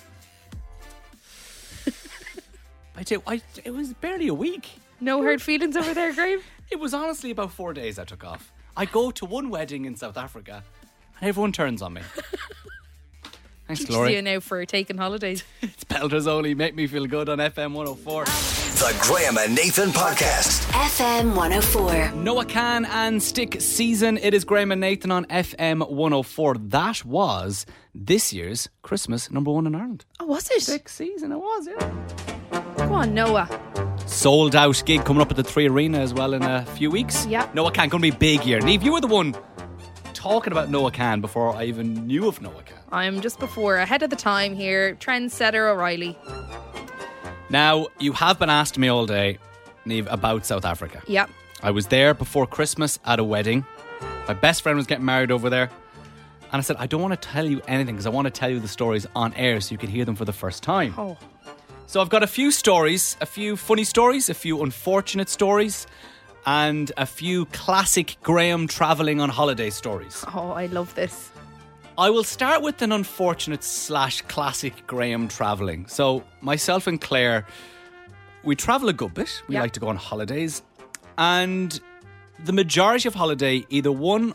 Speaker 1: I do. I, it was barely a week.
Speaker 2: No hard feelings over there, Graham.
Speaker 1: It was honestly about four days I took off. I go to one wedding in South Africa and everyone turns on me. Thanks,
Speaker 2: Teaches you
Speaker 1: Glory.
Speaker 2: now for taking holidays.
Speaker 1: It's Pelters Only. Make me feel good on FM 104.
Speaker 3: The Graham and Nathan Podcast.
Speaker 4: FM 104.
Speaker 1: Noah Can and Stick Season. It is Graham and Nathan on FM 104. That was this year's Christmas number one in Ireland.
Speaker 2: Oh, was it?
Speaker 1: Stick Season, it was, yeah.
Speaker 2: Go on, Noah.
Speaker 1: Sold out gig coming up at the Three Arena as well in a few weeks.
Speaker 2: Yeah.
Speaker 1: Noah Can, going to be big year. Neve, you were the one talking about Noah Can before I even knew of Noah Can.
Speaker 2: I'm just before, ahead of the time here. Trendsetter O'Reilly.
Speaker 1: Now, you have been asking me all day, Neve, about South Africa.
Speaker 2: Yep.
Speaker 1: I was there before Christmas at a wedding. My best friend was getting married over there. And I said, I don't want to tell you anything because I want to tell you the stories on air so you can hear them for the first time.
Speaker 2: Oh.
Speaker 1: So I've got a few stories, a few funny stories, a few unfortunate stories, and a few classic Graham traveling on holiday stories.
Speaker 2: Oh, I love this.
Speaker 1: I will start with an unfortunate slash classic Graham traveling. So myself and Claire, we travel a good bit. We
Speaker 2: Yeah.
Speaker 1: like to go on holidays, and the majority of holiday, either one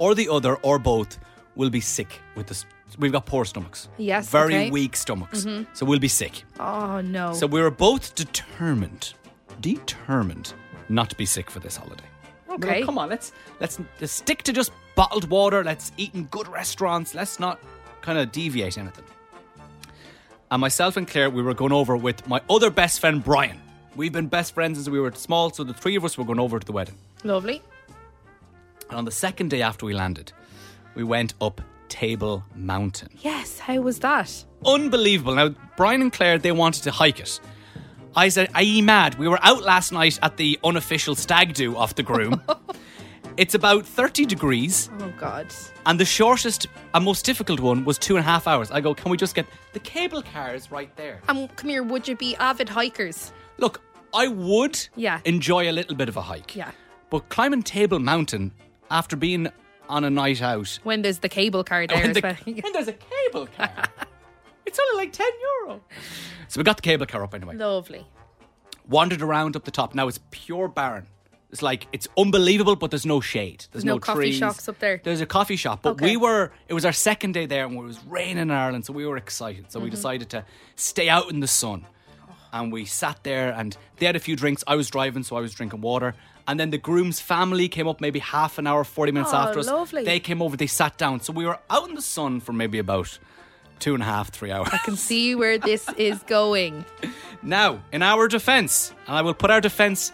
Speaker 1: or the other or both, will be sick with this. We've got poor stomachs.
Speaker 2: Yes,
Speaker 1: Very
Speaker 2: okay. Mm-hmm.
Speaker 1: weak stomachs. So we'll be sick.
Speaker 2: Oh, no.
Speaker 1: So we were both determined, determined not to be sick for this holiday. We're like,
Speaker 2: Okay.
Speaker 1: come on, let's, let's let's stick to just bottled water. Let's eat in good restaurants. Let's not kind of deviate anything. And myself and Claire, we were going over with my other best friend Brian. We've been best friends since we were small, so the three of us were going over to the wedding.
Speaker 2: Lovely.
Speaker 1: And on the second day after we landed, we went up Table Mountain.
Speaker 2: Yes, how was that?
Speaker 1: unbelievable. Now, Brian and Claire, they wanted to hike it. I said, Are you mad? We were out last night at the unofficial stag do off the
Speaker 2: [laughs]
Speaker 1: groom. it's about 30 degrees,
Speaker 2: Oh, God.
Speaker 1: and the shortest and most difficult one was two and a half hours. I go, Can we just get the cable car is right there?
Speaker 2: And Um, come here, would you be avid hikers?
Speaker 1: Look, I would
Speaker 2: Yeah.
Speaker 1: enjoy a little bit of a hike.
Speaker 2: Yeah.
Speaker 1: But climbing Table Mountain after being on a night out
Speaker 2: When there's the cable car there
Speaker 1: when
Speaker 2: as
Speaker 1: the-
Speaker 2: well.
Speaker 1: [laughs]
Speaker 2: [laughs]
Speaker 1: when there's a cable car, it's only like 10 euro. So we got the cable car up anyway.
Speaker 2: Lovely.
Speaker 1: wandered around up the top. Now it's pure barren. It's like it's unbelievable, but there's no shade. There's
Speaker 2: No
Speaker 1: no,
Speaker 2: coffee
Speaker 1: trees.
Speaker 2: shops up there.
Speaker 1: There's a coffee shop, but
Speaker 2: Okay.
Speaker 1: we were. It was our second day there, and it was raining in Ireland, so we were excited. So
Speaker 2: Mm-hmm.
Speaker 1: we decided to stay out in the sun, and we sat there, and they had a few drinks. I was driving, so I was drinking water, and then the groom's family came up maybe half an hour, forty minutes
Speaker 2: Oh,
Speaker 1: after us.
Speaker 2: lovely.
Speaker 1: They came over, they sat down, so we were out in the sun for maybe about two and a half, three hours.
Speaker 2: Can see where this
Speaker 1: [laughs]
Speaker 2: is going.
Speaker 1: Now, in our defense, and I will put our defense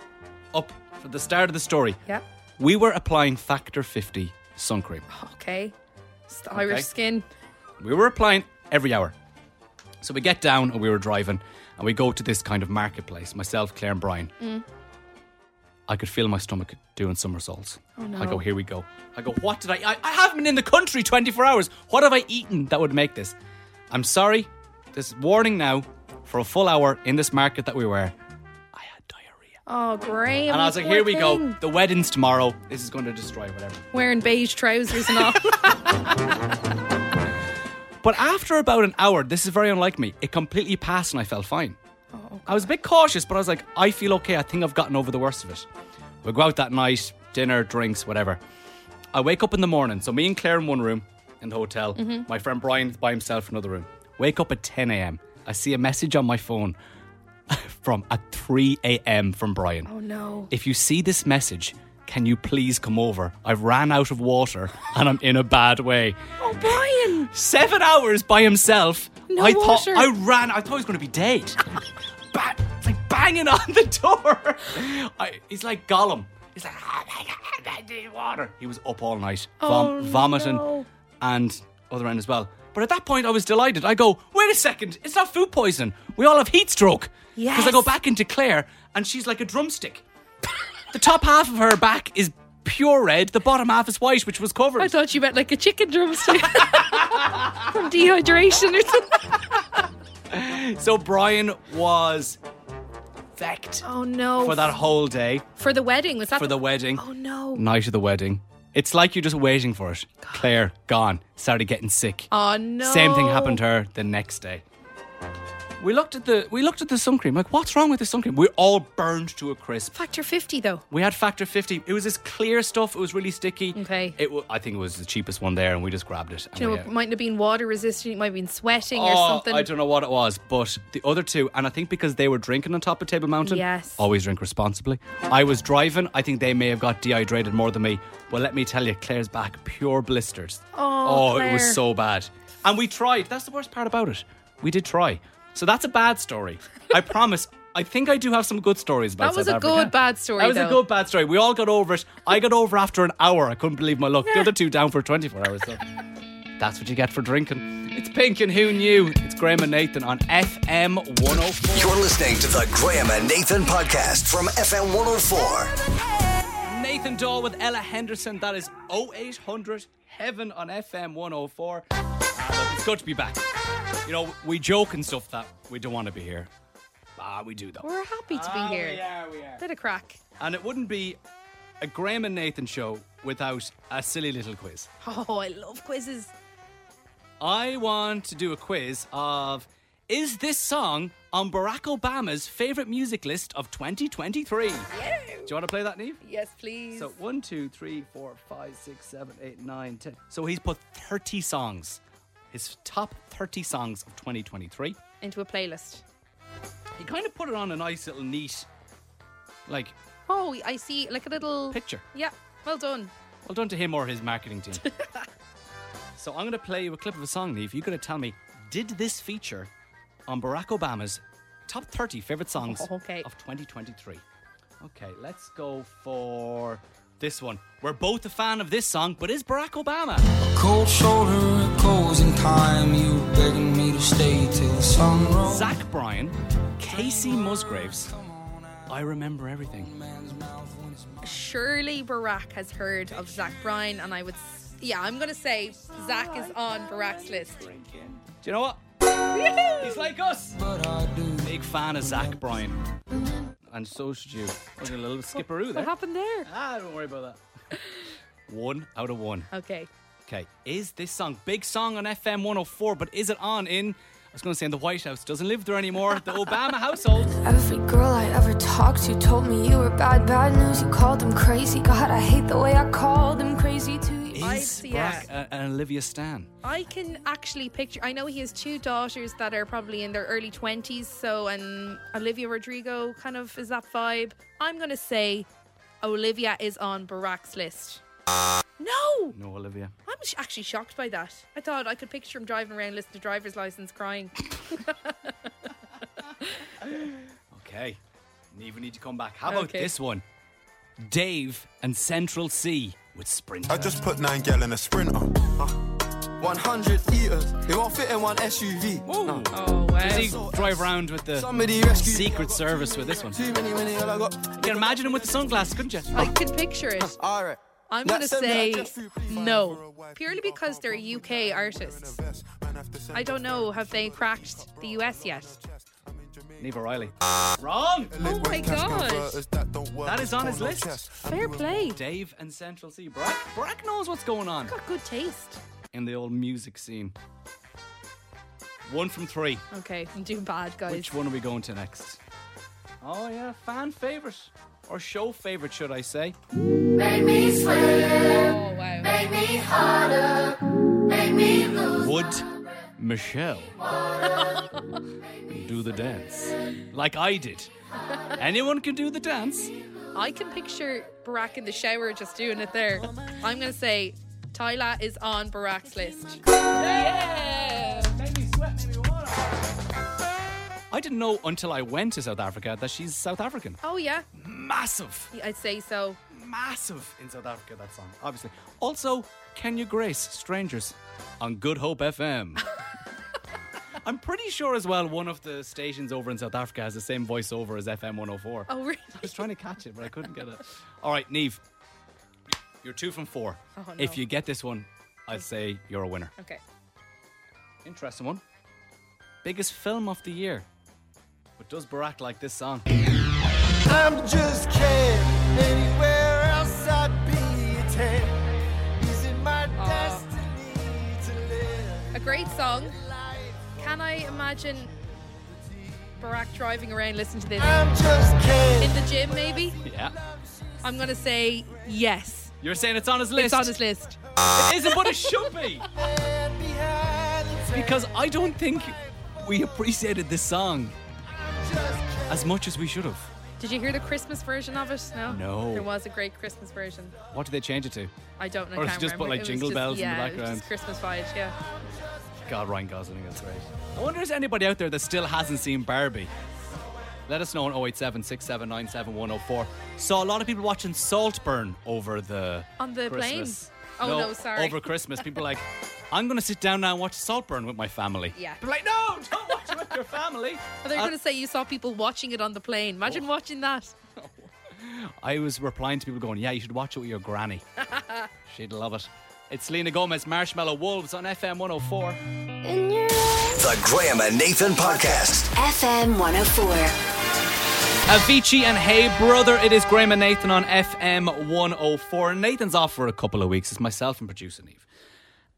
Speaker 1: up for the start of the story.
Speaker 2: Yeah.
Speaker 1: We were applying factor 50 sun cream.
Speaker 2: Okay. It's the Irish
Speaker 1: Okay.
Speaker 2: skin.
Speaker 1: We were applying every hour. So we get down and we were driving and we go to this kind of marketplace, myself, Claire, and Brian. I could feel my stomach doing somersaults. I go, here we go. I go, what did I, I? I haven't been in the country 24 hours. What have I eaten that would make this? I'm sorry. This warning now for a full hour in this market that we were. I had diarrhea.
Speaker 2: Oh, Graham.
Speaker 1: And I was like,
Speaker 2: poor
Speaker 1: here we go.
Speaker 2: thing.
Speaker 1: The wedding's tomorrow. This is going to destroy whatever.
Speaker 2: Wearing beige
Speaker 1: [laughs]
Speaker 2: trousers and all.
Speaker 1: But after about an hour, this is very unlike me, it completely passed and I felt fine. I was a bit cautious, but I was like, I feel okay. I think I've gotten over the worst of it. We go out that night, dinner, drinks, whatever. I wake up in the morning. So me and Claire in one room in the hotel. My friend Brian's by himself in another room. Wake up at 10 a.m. I see a message on my phone [laughs] from at 3 a.m. from Brian.
Speaker 2: oh, no.
Speaker 1: If you see this message, can you please come over? I've ran out of water [laughs] and I'm in a bad way.
Speaker 2: Oh, Brian.
Speaker 1: Seven hours by himself.
Speaker 2: No
Speaker 1: I thought
Speaker 2: water.
Speaker 1: I ran. I thought he was going to be
Speaker 2: [laughs]
Speaker 1: dead. ba- it's like banging on the door. [laughs] I, he's like Gollum. He's like, [laughs] "Ah, my God, I need water. He was up all night, vom-
Speaker 2: Oh,
Speaker 1: vomiting,
Speaker 2: no.
Speaker 1: and other end as well. But at that point, I was delighted. I go, wait a second, it's not food poisoning. We all have heat stroke. Because I go
Speaker 2: Yes.
Speaker 1: back into Claire, and she's like a drumstick. the top half of her back is pure red. The bottom half is white, which was covered.
Speaker 2: I thought you meant like a
Speaker 1: [laughs]
Speaker 2: chicken drumstick from dehydration or something.
Speaker 1: So Brian was fecked
Speaker 2: Oh, no.
Speaker 1: for that whole day
Speaker 2: For the wedding. Was that
Speaker 1: for the wedding.
Speaker 2: Oh, no.
Speaker 1: Night of the wedding. It's like you're just waiting for it. Claire gone. Started getting sick.
Speaker 2: Oh, no.
Speaker 1: Same thing happened to her the next day. We looked at the we looked at the sun cream. Like, what's wrong with the sun cream? We're all burned to a crisp.
Speaker 2: Factor 50, though.
Speaker 1: We had Factor 50. It was this clear stuff. It was really sticky.
Speaker 2: Okay.
Speaker 1: It wa- I think it was the cheapest one there, and we just grabbed it. and
Speaker 2: You know,
Speaker 1: we,
Speaker 2: it
Speaker 1: uh,
Speaker 2: mightn't have been water resistant. It might have been sweating or
Speaker 1: oh,
Speaker 2: something.
Speaker 1: I don't know what it was, but the other two, and I think because they were drinking on top of Table Mountain.
Speaker 2: Yes.
Speaker 1: Always drink responsibly. I was driving. I think they may have got dehydrated more than me. Well, let me tell you, Claire's back pure blisters.
Speaker 2: Oh,
Speaker 1: it was
Speaker 2: Claire.
Speaker 1: so bad. And we tried. That's the worst part about it. We did try. So that's a bad story. I promise. I think I do have some good stories about
Speaker 2: That was
Speaker 1: South
Speaker 2: a
Speaker 1: Africa.
Speaker 2: good bad story,
Speaker 1: That was a
Speaker 2: though.
Speaker 1: good bad story. We all got over it. I got over after an hour. I couldn't believe my luck.
Speaker 2: [laughs]
Speaker 1: The other two down for 24 hours. So. That's what you get for drinking. It's Pink and Who Knew? It's Graham and Nathan on FM 104.
Speaker 3: You're listening to the Graham and Nathan podcast from FM 104.
Speaker 1: Nathan Dahl with Ella Henderson. That is 0800 Heaven on FM 104. Ah, look, it's good to be back. You know, we joke and stuff that we don't want to be here. Ah, we do though.
Speaker 2: We're happy to be
Speaker 1: Oh,
Speaker 2: here. Bit of crack.
Speaker 1: And it wouldn't be a Graham and Nathan show without a silly little quiz.
Speaker 2: Oh, I love quizzes.
Speaker 1: I want to do a quiz of Is this song on Barack Obama's favorite music list of 2023? Do you want to play that, Neve?
Speaker 2: Yes, please.
Speaker 1: So one, two, three, four, five, six, seven, eight, nine, ten. So he's put 30 songs, his top 30 songs of 2023.
Speaker 2: Into a playlist.
Speaker 1: He kind of put it on a nice little neat, like,
Speaker 2: Oh, I see, like a little
Speaker 1: Picture.
Speaker 2: Yeah, well done.
Speaker 1: well done to him or his marketing team.
Speaker 2: [laughs]
Speaker 1: so I'm going to play you a clip of a song, Neve. You're going to tell me, did this feature on Barack Obama's top 30 favorite songs
Speaker 2: Oh, okay.
Speaker 1: of 2023? Okay, let's go for this one. We're both a fan of this song, but is Barack Obama?
Speaker 7: Cold shoulder, it goes in time. You begging me to stay till the sun rolls.
Speaker 1: Zach Bryan, Casey Musgraves. I remember everything.
Speaker 2: Surely Barack has heard of Zach Bryan, and I would. s- Yeah, I'm gonna say Zach is on Barack's list.
Speaker 1: Do you know what? He's like us. Big fan of Zach Bryan. And so should you. Looking a little skipperoo there.
Speaker 2: happened there?
Speaker 1: Ah, don't worry about that. [laughs] one out of one.
Speaker 2: Okay.
Speaker 1: Okay, is this song big song on FM 104? But is it on in? I was going to say in the White House doesn't live there anymore. The Obama [laughs] household.
Speaker 8: Every girl I ever talked to told me you were bad, bad news. You called them crazy. God, I hate the way I called them crazy too.
Speaker 2: I'd
Speaker 1: Is
Speaker 2: say yeah.
Speaker 1: Barack uh, and Olivia Stan?
Speaker 2: I can actually picture. I know he has two daughters that are probably in their early 20s. So, and Olivia Rodrigo kind of is that vibe. I'm going to say Olivia is on Barack's list. No!
Speaker 1: No, Olivia.
Speaker 2: I'm sh- actually shocked by that. I thought I could picture him driving around, listening to driver's license, crying.
Speaker 1: Okay. Neither need to come back. How about
Speaker 2: Okay.
Speaker 1: this one? Dave and Central C with Sprinter.
Speaker 9: I just put nine gal in a sprinter.
Speaker 7: Uh, 100 eaters, it won't fit in one SUV.
Speaker 1: Whoa.
Speaker 2: Oh, wow.
Speaker 1: Does he drive around with the
Speaker 7: Somebody rescue
Speaker 1: Secret Service with this one? You
Speaker 7: Too many, many, all I got.
Speaker 1: can imagine him with the sunglasses, couldn't you?
Speaker 2: I can picture it.
Speaker 7: All right.
Speaker 2: I'm going to say no. Purely because they're UK artists. I don't know, have they cracked the US yet?
Speaker 1: Neva Riley. Wrong.
Speaker 2: Oh my gosh.
Speaker 1: That is on his list.
Speaker 2: Fair play.
Speaker 1: Dave and Central C. Barack, Barack knows what's going on
Speaker 2: Got good taste.
Speaker 1: in the old music scene. One from three.
Speaker 2: Okay, [laughs] I'm doing bad, guys.
Speaker 1: Which one are we going to next? Oh yeah, fan favorite or show favorite, should I say?
Speaker 2: Oh, wow.
Speaker 1: Would Michelle do the dance like I did? Anyone can do the dance.
Speaker 2: I can picture Barack in the shower just doing it there. I'm going to say Tyla is on Barack's list. Yeah!
Speaker 1: I didn't know until I went to South Africa that she's South African.
Speaker 2: Oh, yeah.
Speaker 1: Massive,
Speaker 2: Yeah, I'd say so.
Speaker 1: massive in South Africa, that song, obviously. Also, Kenya Grace, Strangers, on Good Hope FM. [laughs] I'm pretty sure as well one of the stations over in South Africa has the same voiceover as FM 104.
Speaker 2: Oh, [laughs] really?
Speaker 1: I was trying to catch it, but I couldn't get it. All right, Neve, you're two from four.
Speaker 2: Oh, no.
Speaker 1: If you get this one, I'd say you're a winner.
Speaker 2: Okay.
Speaker 1: Interesting one. Biggest film of the year. But does Barack like this
Speaker 2: [laughs]
Speaker 1: song?
Speaker 7: I'm just kidding. Anywhere else I'd be a 10. Is it my
Speaker 2: Uh.
Speaker 7: destiny to live?
Speaker 2: A great song. Can I imagine Barack driving around listening to this
Speaker 7: I'm just kidding.
Speaker 2: in the gym, maybe?
Speaker 1: Yeah.
Speaker 2: I'm gonna say yes.
Speaker 1: You're saying it's on his list.
Speaker 2: It's on his list.
Speaker 1: It isn't, but it should
Speaker 2: [laughs]
Speaker 1: be. because I don't think we appreciated this song as much as we should have.
Speaker 2: Did you hear the Christmas version of it? No.
Speaker 1: No.
Speaker 2: There was a great Christmas version.
Speaker 1: What did they change it to?
Speaker 2: I don't know.
Speaker 1: Or
Speaker 2: I
Speaker 1: it's
Speaker 2: can't
Speaker 1: just
Speaker 2: remember.
Speaker 1: put, like,
Speaker 2: It was
Speaker 1: jingle
Speaker 2: just-
Speaker 1: bells in the
Speaker 2: yeah, It
Speaker 1: background.
Speaker 2: was just Christmas vibes. Yeah.
Speaker 1: God, Ryan Gosling is great. I wonder if there's anybody out there that still hasn't seen Barbie. Let us know on 087 Saw a lot of people watching Saltburn over the
Speaker 2: On the plane?
Speaker 1: Christmas.
Speaker 2: Oh, no, sorry.
Speaker 1: Over Christmas, people
Speaker 2: [laughs]
Speaker 1: like, I'm going to sit down now and watch Saltburn with my family.
Speaker 2: Yeah. Uh,
Speaker 1: People like, no, don't watch it with your family.
Speaker 2: I thought you were gonna say you saw people watching it on the plane. Imagine
Speaker 1: Oh.
Speaker 2: watching that.
Speaker 1: I was replying to people going, yeah, you should watch it with your granny. She'd love it. It's Selena Gomez, Marshmallow Wolves on FM 104.
Speaker 3: The Graham and Nathan Podcast.
Speaker 4: FM 104.
Speaker 1: Avicii and Hey Brother, it is Graham and Nathan on FM 104. Nathan's off for a couple of weeks. It's myself and producer Neve.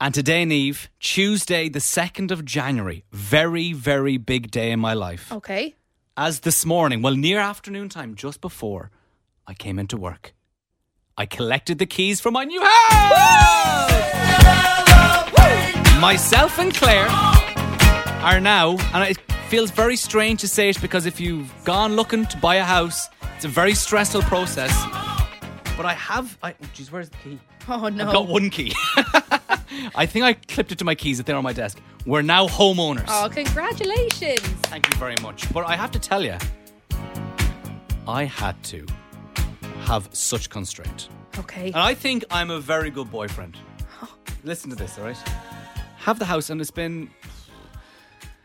Speaker 1: And today, Neve, Tuesday, the 2nd of January, very, very big day in my life.
Speaker 2: Okay.
Speaker 1: As this morning, well, near afternoon time, just before I came into work, I collected the keys for my new house. Myself and Claire are now, and it feels very strange to say it because if you've gone looking to buy a house, it's a very stressful process. But I have, I, geez, where's the key?
Speaker 2: Oh no.
Speaker 1: I've got one key. [laughs] I think I clipped it to my keys. They're on my desk. We're now homeowners.
Speaker 2: Oh, congratulations.
Speaker 1: Thank you very much. But I have to tell you, I had to have such constraint.
Speaker 2: Okay.
Speaker 1: And I think I'm a very good boyfriend. Listen to this, all right? Have the house, and it's been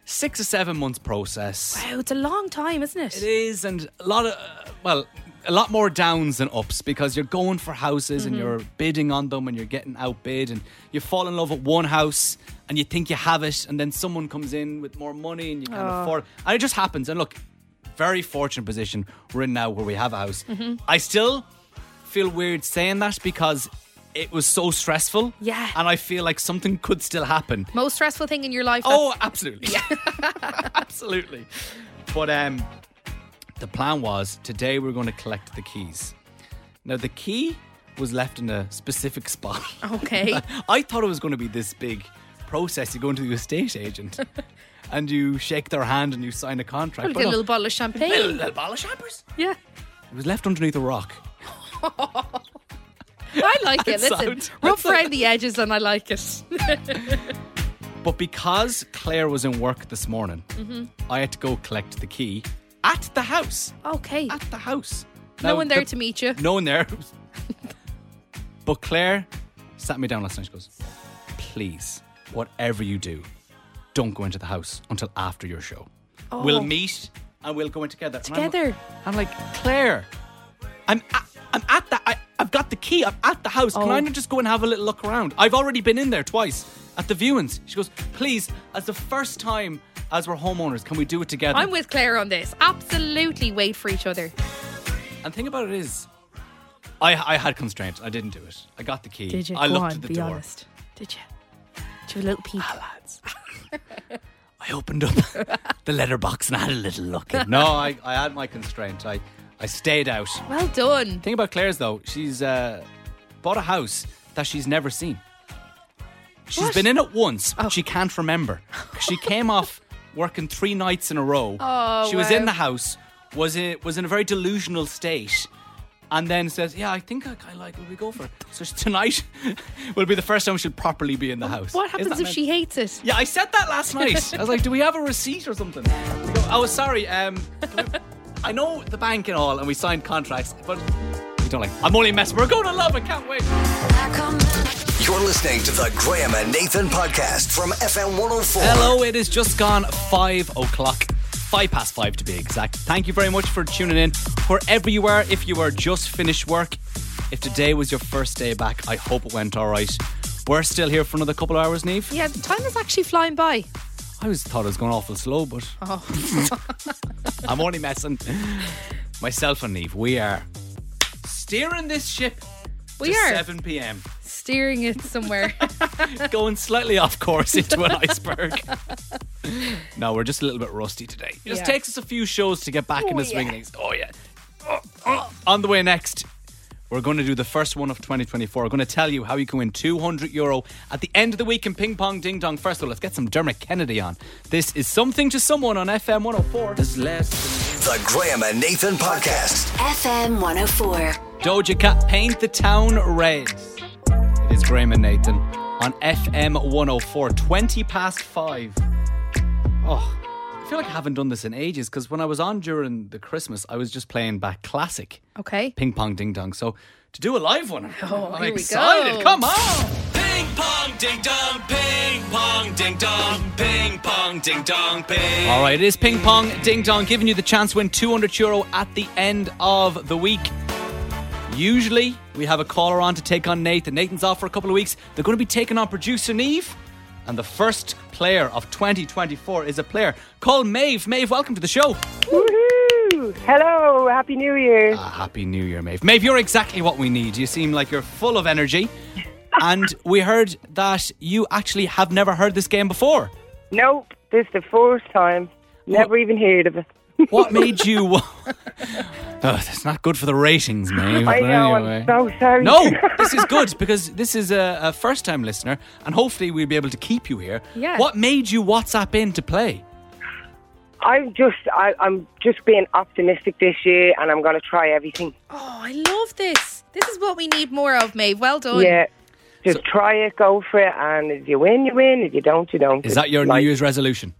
Speaker 1: six or seven months process.
Speaker 2: Wow, Oh, it's a long time, isn't it?
Speaker 1: It is, and a lot of uh, well, a lot more downs than ups because you're going for houses and you're bidding on them and you're getting outbid and you fall in love with one house and you think you have it and then someone comes in with more money and you can't afford. And it just happens. And look, very fortunate position we're in now where we have a house. I still feel weird saying that because. It was so stressful.
Speaker 2: Yeah.
Speaker 1: And I feel like something could still happen.
Speaker 2: Most stressful thing in your life. that's-
Speaker 1: Oh, absolutely. [laughs] absolutely. But um the plan was today we are going to collect the keys. Now the key was left in a specific spot. [laughs]
Speaker 2: Okay.
Speaker 1: I thought it was going to be this big process. You go into the estate
Speaker 2: [laughs]
Speaker 1: agent and you shake their hand and you sign a contract.
Speaker 2: Like
Speaker 1: But
Speaker 2: a
Speaker 1: no,
Speaker 2: little bottle of
Speaker 1: little,
Speaker 2: champagne.
Speaker 1: little bottle of champers.
Speaker 2: yeah.
Speaker 1: It was left underneath a rock.
Speaker 2: I like it.
Speaker 1: That
Speaker 2: Listen,
Speaker 1: sound- that
Speaker 2: rough
Speaker 1: sound-
Speaker 2: around the edges, and I like it.
Speaker 1: But because Claire was in work this morning,
Speaker 2: Mm-hmm.
Speaker 1: I had to go collect the key at the house.
Speaker 2: Okay.
Speaker 1: At the house.
Speaker 2: no
Speaker 1: Now,
Speaker 2: one there
Speaker 1: the-
Speaker 2: to meet you.
Speaker 1: No one there. [laughs] but Claire sat me down last night. She goes, please, whatever you do, don't go into the house until after your show. We'll meet and we'll go in together. And I'm-
Speaker 2: Oh. Together.
Speaker 1: I'm, like, Claire, I'm at, I'm at the, I, I've got the key. I'm at the house. Can
Speaker 2: Oh.
Speaker 1: I not just go and have a little look around? I've already been in there twice at the viewings. She goes, please, as the first time as we're homeowners, can we do it together?
Speaker 2: I'm with Claire on this. Absolutely wait for each other.
Speaker 1: And the thing about it is, I I had constraints. I didn't do it. I got the key.
Speaker 2: Did you?
Speaker 1: I
Speaker 2: Go
Speaker 1: looked
Speaker 2: on,
Speaker 1: at the
Speaker 2: be
Speaker 1: door. Ah,
Speaker 2: honest. Did you? Did you have a little peek?
Speaker 1: I opened up [laughs] the letterbox and had a little look. no, I, I had my constraint. I I stayed out.
Speaker 2: Well done.
Speaker 1: Thing about Claire's though, she's uh, bought a house that she's never seen. She's
Speaker 2: What? Oh.
Speaker 1: been in it once. She can't remember. She came
Speaker 2: [laughs]
Speaker 1: off working three nights in a row.
Speaker 2: Oh,
Speaker 1: she was
Speaker 2: wow.
Speaker 1: in the house. Was it was in a very delusional state. And then says, "Yeah, I think I, I like. Will we go for it?" So tonight [laughs] will be the first time she'll properly be in the house.
Speaker 2: What
Speaker 1: Isn't
Speaker 2: happens if
Speaker 1: that mad?
Speaker 2: she hates it?
Speaker 1: Yeah, I said that last night. I was like, do we have a receipt or something? They go, oh, sorry. Um, I know the bank and all, and we signed contracts, but we don't like. I'm only messing. We're going to love. I can't wait.
Speaker 3: You're listening to the Graham and Nathan Podcast from FM 104.
Speaker 1: Hello, it is just gone five o'clock. Five past five to be exact. Thank you very much for tuning in. Wherever you are, if you are just finished work, if today was your first day back, I hope it went all right. We're still here for another couple of hours, Neve.
Speaker 2: Yeah, the time is actually flying by.
Speaker 1: I was thought it was going awful slow, but
Speaker 2: Oh.
Speaker 1: I'm only messing. Myself and Neve, we are steering this ship
Speaker 2: We
Speaker 1: to
Speaker 2: are
Speaker 1: 7 p.m.
Speaker 2: steering it
Speaker 1: [laughs]
Speaker 2: somewhere.
Speaker 1: Going slightly off course
Speaker 2: [laughs]
Speaker 1: into an iceberg. no, we're just a little bit rusty today. It just
Speaker 2: Yeah.
Speaker 1: takes us a few shows to get back in the
Speaker 2: Oh,
Speaker 1: swing
Speaker 2: yeah.
Speaker 1: of things. Oh, yeah. Oh, oh. On the way next, we're going to do the first one of 2024. We're going to tell you how you can win 200 euro at the end of the week in Ping Pong Ding Dong. First, though, let's get some Dermot Kennedy on. This is Something to Someone on FM 104.
Speaker 3: The Graham and Nathan Podcast.
Speaker 4: FM 104.
Speaker 1: Doja Cat paint the town red. It is Graham and Nathan on FM 104, 20 past five. Oh, I feel like I haven't done this in ages because when I was on during the Christmas, I was just playing back classic
Speaker 2: Okay. Oh,
Speaker 1: ping pong ding dong. So to do a live one, I'm
Speaker 2: here we
Speaker 1: excited.
Speaker 2: go.
Speaker 1: Come on. Ping pong ding dong, ping pong ding dong, ping pong ding dong, ping. All right, it is ping pong ding dong, giving you the chance to win 200 euro at the end of the week. Usually, we have a caller on to take on Nathan. Nathan's off for a couple of weeks. They're going to be taking on producer Neve. And the first player of 2024 is a player called Maeve. Maeve, welcome to the show.
Speaker 10: Woohoo! Hello, Happy New Year.
Speaker 1: A happy new year, Maeve. Maeve, you're exactly what we need. You seem like you're full of
Speaker 10: [laughs]
Speaker 1: energy. and we heard that you actually have never heard this game before.
Speaker 10: Nope, this is the first time. Never even heard of it.
Speaker 1: What made
Speaker 10: [laughs]
Speaker 1: you. [laughs] oh, that's not good for the ratings, Maeve.
Speaker 10: I
Speaker 1: but
Speaker 10: know,
Speaker 1: anyway.
Speaker 10: I'm so
Speaker 1: [laughs]
Speaker 10: sorry.
Speaker 1: No, this is good because this is a, a first time listener and hopefully we'll be able to keep you here.
Speaker 2: Yeah.
Speaker 1: What made you WhatsApp in to play?
Speaker 10: I'm just, I, I'm just being optimistic this year, and I'm going to try everything.
Speaker 2: Oh, I love this. This is what we need more of, Maeve. Well done.
Speaker 10: Yeah, just try it, go for it, and if you win, you win. If you don't, you don't.
Speaker 1: Is that your
Speaker 10: Like,
Speaker 1: New Year's resolution?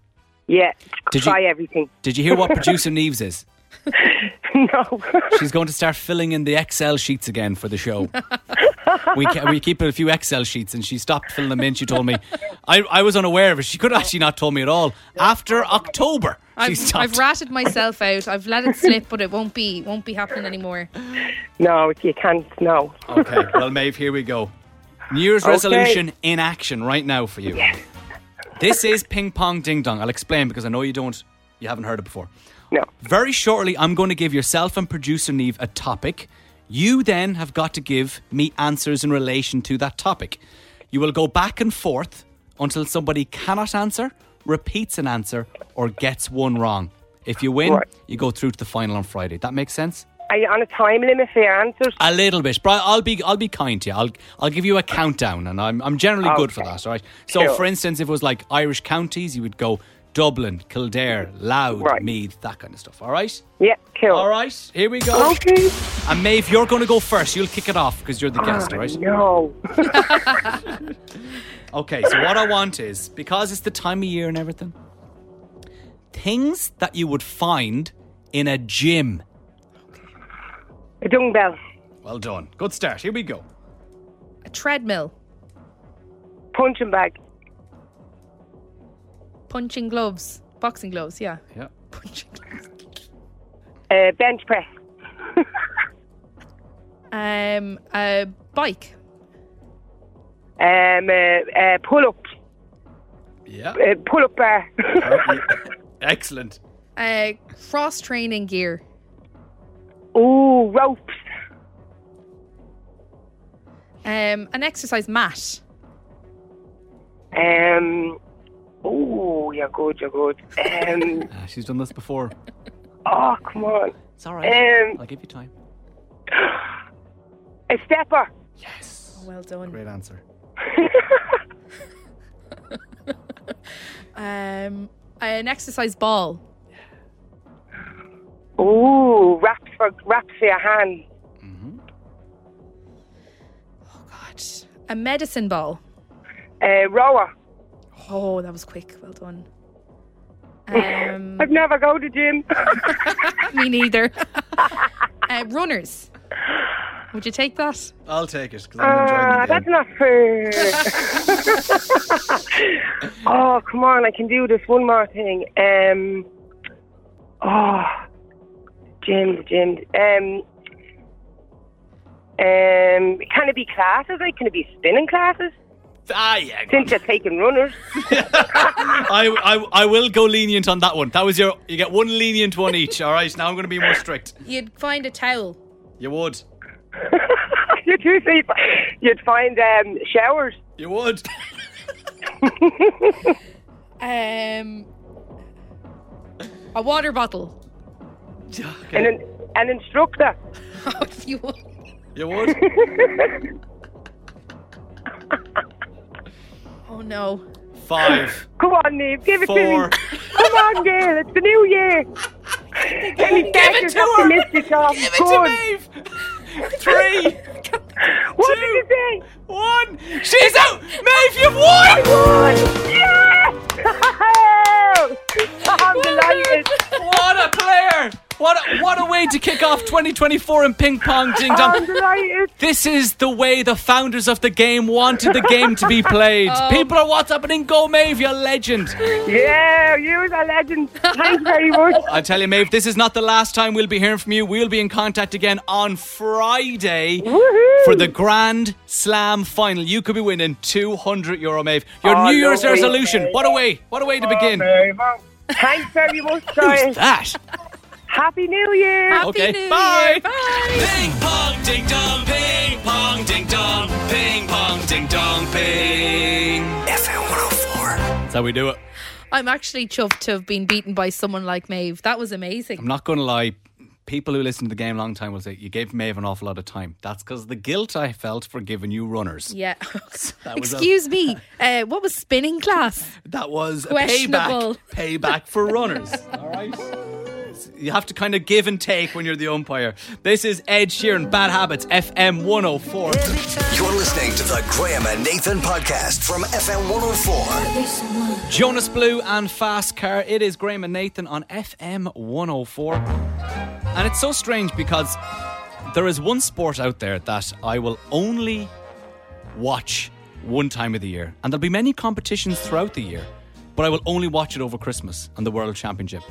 Speaker 10: Yeah,
Speaker 1: Did you-
Speaker 10: try everything. [laughs]
Speaker 1: Did you hear what producer Neves is?
Speaker 10: no, [laughs]
Speaker 1: She's going to start filling in the Excel sheets again for the show. we, ke- we keep a few Excel sheets and she stopped filling them in. She told me, I, I was unaware of it. She could have actually not told me at all. After October, she
Speaker 2: I've,
Speaker 1: stopped.
Speaker 2: I've ratted myself out. I've let it slip, but it won't be won't be happening anymore.
Speaker 10: no, if you can't, no.
Speaker 1: okay, well, Maeve, here we go. New Year's
Speaker 10: Okay.
Speaker 1: resolution in action right now for you. This is ping pong ding dong. I'll explain because I know you don't, you haven't heard it before.
Speaker 10: No.
Speaker 1: Very shortly, I'm going to give yourself and producer Neve a topic. You then have got to give me answers in relation to that topic. You will go back and forth until somebody cannot answer, repeats an answer, or gets one wrong. If you win,
Speaker 10: Right.
Speaker 1: you go through to the final on Friday. That makes sense?
Speaker 10: Are you on a time limit for your answers?
Speaker 1: A little bit, but I'll be I'll be kind to you. I'll I'll give you a countdown, and I'm I'm generally good for
Speaker 10: Okay.
Speaker 1: that. All right. So,
Speaker 10: Sure.
Speaker 1: for instance, if it was like Irish counties, you would go Dublin, Kildare, Loud,
Speaker 10: Right.
Speaker 1: Meath, that kind of stuff. All right.
Speaker 10: Yeah, cool.
Speaker 1: All right. Here we go.
Speaker 10: Okay.
Speaker 1: And Maeve, you're going to go first. You'll kick it off because you're the guest, all
Speaker 10: Uh,
Speaker 1: right?
Speaker 10: No. [laughs]
Speaker 1: Okay. So what I want is because it's the time of year and everything, things that you would find in a gym.
Speaker 10: A dumbbell.
Speaker 1: Well done. Good start. Here we go.
Speaker 2: A treadmill,
Speaker 10: Punching bag.
Speaker 2: punching gloves, boxing gloves. Yeah,
Speaker 1: Yeah.
Speaker 2: punching gloves.
Speaker 10: Uh, bench press.
Speaker 2: Um, a bike,
Speaker 10: Um, uh, uh, pull up. [laughs]
Speaker 1: Yeah.
Speaker 10: Uh, pull up uh, bar.
Speaker 1: Excellent.
Speaker 2: uh, cross training gear,
Speaker 10: [laughs] Ooh, ropes.
Speaker 2: um, an exercise mat,
Speaker 10: Um, ooh, you're good, you're good. Um, [laughs]
Speaker 1: Ah, she's done this before.
Speaker 10: oh, come on.
Speaker 1: It's all right.
Speaker 10: Um,
Speaker 1: I'll give you time.
Speaker 10: A stepper.
Speaker 1: Yes.
Speaker 2: well done.
Speaker 1: Great answer.
Speaker 2: um, an exercise ball,
Speaker 10: Ooh, wraps for wraps for your hand.
Speaker 2: oh god, a medicine ball.
Speaker 10: Uh, rower.
Speaker 2: Oh, that was quick.
Speaker 1: [laughs]
Speaker 2: Well done. Um,
Speaker 10: I've never go to gym. [laughs]
Speaker 1: [laughs]
Speaker 2: me neither. uh, runners, would you take that?
Speaker 1: I'll take it because
Speaker 10: Ah, that's not fair. oh, come on! I can do this. One more thing. Um, oh, gym, gym. Um, um, can it be classes? Like, can it be spinning classes?
Speaker 1: Ah, yeah.
Speaker 10: Since you're taking runners. [laughs]
Speaker 1: I, I, I will go lenient on that one. That was your. You get one lenient one each. All right. Now I'm going to be more strict.
Speaker 2: You'd find a towel.
Speaker 1: You would.
Speaker 10: you do sleep. You'd find um, showers.
Speaker 1: You would. [laughs]
Speaker 2: Um, a water bottle.
Speaker 10: And an, an instructor.
Speaker 2: [laughs] Oh, if you would.
Speaker 1: You would.
Speaker 2: Oh no.
Speaker 10: [laughs]
Speaker 1: Five.
Speaker 10: Come on, Neve, give it
Speaker 1: Four.
Speaker 10: to me. Come on, girl, it's the new year. Let me start
Speaker 2: it
Speaker 10: this
Speaker 2: to her.
Speaker 10: optimistic off.
Speaker 1: Give
Speaker 10: Go on.
Speaker 1: it to Maeve. [laughs] Three.
Speaker 10: What
Speaker 1: Two.
Speaker 10: did you say? [laughs]
Speaker 1: One. She's out. Maeve, you've won.
Speaker 10: Yes! I'm delighted.
Speaker 1: What a player. What a, what a way to kick off 2024 in ping pong, ding
Speaker 10: I'm
Speaker 1: dong.
Speaker 10: [laughs] delighted.
Speaker 1: This is the way the founders of the game wanted the game to be
Speaker 10: [laughs]
Speaker 1: played.
Speaker 10: Um,
Speaker 1: People are WhatsApping in. Go, Maeve, you're a legend.
Speaker 10: Yeah, you was a legend. Thanks very much.
Speaker 1: [laughs] I tell you, Maeve, this is not the last time we'll be hearing from you. We'll be in contact again on Friday
Speaker 10: Woohoo!
Speaker 1: for the Grand Slam final. You could be winning 200 euro, Maeve. Your
Speaker 10: Oh,
Speaker 1: New Year's
Speaker 10: lovely.
Speaker 1: resolution. What a way. What a way to begin.
Speaker 10: Thanks very much,
Speaker 1: Who's
Speaker 10: guys.
Speaker 1: that?
Speaker 10: Happy New Year.
Speaker 2: Happy
Speaker 1: Okay,
Speaker 2: New
Speaker 1: bye.
Speaker 2: Year. Bye.
Speaker 1: Ping pong ding dong, ping pong ding dong, ping pong ding dong, ping.
Speaker 3: FM 104.
Speaker 1: That's how we do it.
Speaker 2: I'm actually chuffed to have been beaten by someone like Maeve. That was amazing.
Speaker 1: I'm not going to lie. People who listen to the game a long time will say, You gave Maeve an awful lot of time. That's because the guilt I felt for giving you runners. [laughs]
Speaker 2: Yeah.
Speaker 1: was a- [laughs]
Speaker 2: Excuse me. Uh, what was spinning class?
Speaker 1: That was a
Speaker 2: Questionable.
Speaker 1: payback. [laughs] Payback for runners. All right. You have to kind of give and take when you're the umpire. This is Ed Sheeran, Bad Habits, FM 104.
Speaker 3: You're listening to the Graham and Nathan podcast from FM 104.
Speaker 1: Jonas Blue and Fast Car. It is Graham and Nathan on FM 104. And it's so strange because there is one sport out there that I will only watch one time of the year. And there'll be many competitions throughout the year, but I will only watch it over Christmas and the World Championship.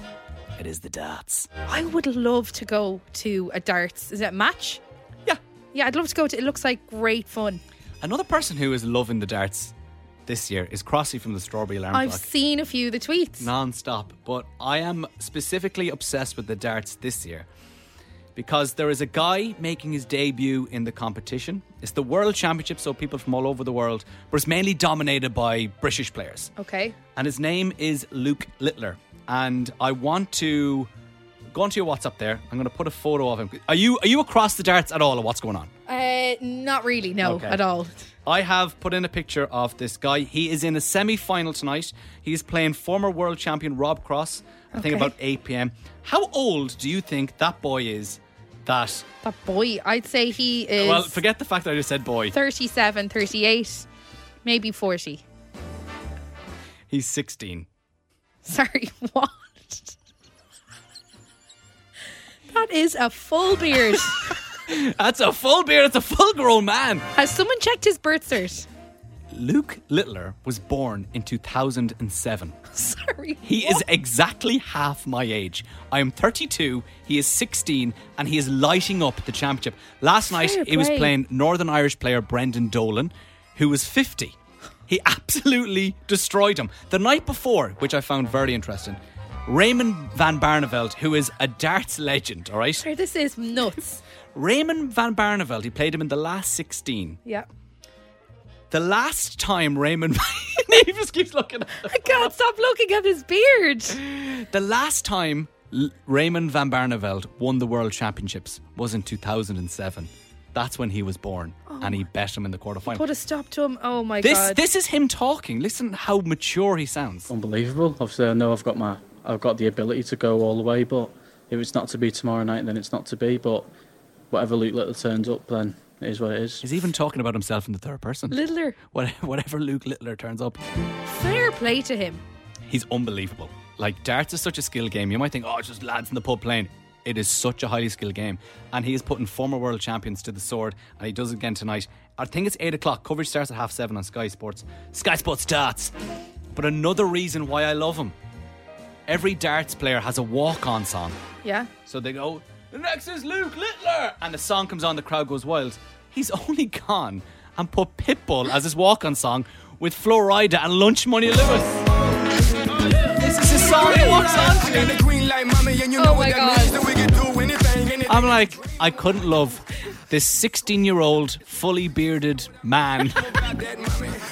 Speaker 1: It is the darts.
Speaker 2: I would love to go to a darts. Is it a match?
Speaker 1: Yeah.
Speaker 2: Yeah, I'd love to go to. It looks like great fun.
Speaker 1: Another person who is loving the darts this year is Crossy from the Strawberry Alarm
Speaker 2: I've
Speaker 1: Clock.
Speaker 2: seen a few of the tweets.
Speaker 1: non-stop but i am specifically obsessed with the darts this year because there is a guy making his debut in the competition it's the world championship so people from all over the world but it's mainly dominated by british players
Speaker 2: Okay.
Speaker 1: and his name is luke littler and i want to go onto your whatsapp there i'm going to put a photo of him are you are you across the darts at all or what's going on
Speaker 2: Uh, not really, no,
Speaker 1: Okay.
Speaker 2: at all.
Speaker 1: I have put in a picture of this guy. He is in a semi final tonight. He is playing former world champion Rob Cross, I think
Speaker 2: Okay.
Speaker 1: about 8 pm. How old do you think that boy is that?
Speaker 2: That boy, I'd say he is
Speaker 1: Uh, well, forget the fact that I just said boy.
Speaker 2: 37, 38, maybe 40.
Speaker 1: He's 16.
Speaker 2: [laughs] Sorry, what? That is a
Speaker 1: [laughs]
Speaker 2: full beard.
Speaker 1: That's a full beard. It's a full grown man.
Speaker 2: Has someone checked his birth cert? [laughs]
Speaker 1: Luke Littler was born in 2007.
Speaker 2: Sorry.
Speaker 1: He is exactly half my age. I am 32, he is 16, and he is lighting up the championship. Last night,
Speaker 2: Fair
Speaker 1: he was
Speaker 2: play.
Speaker 1: playing Northern Irish player Brendan Dolan, who was 50. He [laughs] absolutely destroyed him. The night before, which I found very interesting, Raymond Van Barneveld, who is a darts legend, all right?
Speaker 2: Sorry, this
Speaker 1: [laughs]
Speaker 2: is nuts.
Speaker 1: Raymond Van Barneveld, he played him in the last 16.
Speaker 2: Yeah.
Speaker 1: The last time Raymond. [laughs] he just keeps looking at him.
Speaker 2: I can't stop looking at his beard.
Speaker 1: The last time L- Raymond van Barneveld won the World Championships was in 2007. That's when he was born, and he bet him in the
Speaker 2: Put
Speaker 1: quarterfinal.
Speaker 2: a stop to him. Oh my
Speaker 1: This
Speaker 2: god.
Speaker 1: this is him talking. Listen how mature he sounds.
Speaker 5: Oh
Speaker 11: unbelievable. Obviously, I know I've got my, I've got the ability to go all the way, but if it's not to be tomorrow night, then it's not to be. But whatever Luke Little turns up, then it is what it is.
Speaker 1: He's even talking about himself in the third person.
Speaker 2: Littler.
Speaker 1: What- [laughs] Whatever Luke Littler turns up,
Speaker 2: Fair play to him.
Speaker 1: he's unbelievable. Like darts is such a skill game. You might think, oh, it's just lads in the pub playing. It is such a highly skilled game, and he is putting former world champions to the sword, and he does it again tonight. I think it's eight o'clock. Coverage starts at half seven on Sky Sports. Sky Sports darts. But another reason why I love him: every darts player has a walk-on song,
Speaker 2: Yeah.
Speaker 1: so they go, "The next is Luke Littler," and the song comes on, the crowd goes wild. He's [laughs] only gone and put Pitbull as his walk-on song with Florida and Lunch Money Lewis. This is his song he walks on to.
Speaker 7: green light, mommy, and you
Speaker 2: Oh my god.
Speaker 7: we can do anything.
Speaker 1: I'm like, I couldn't love this 16 year old, fully bearded man. [laughs]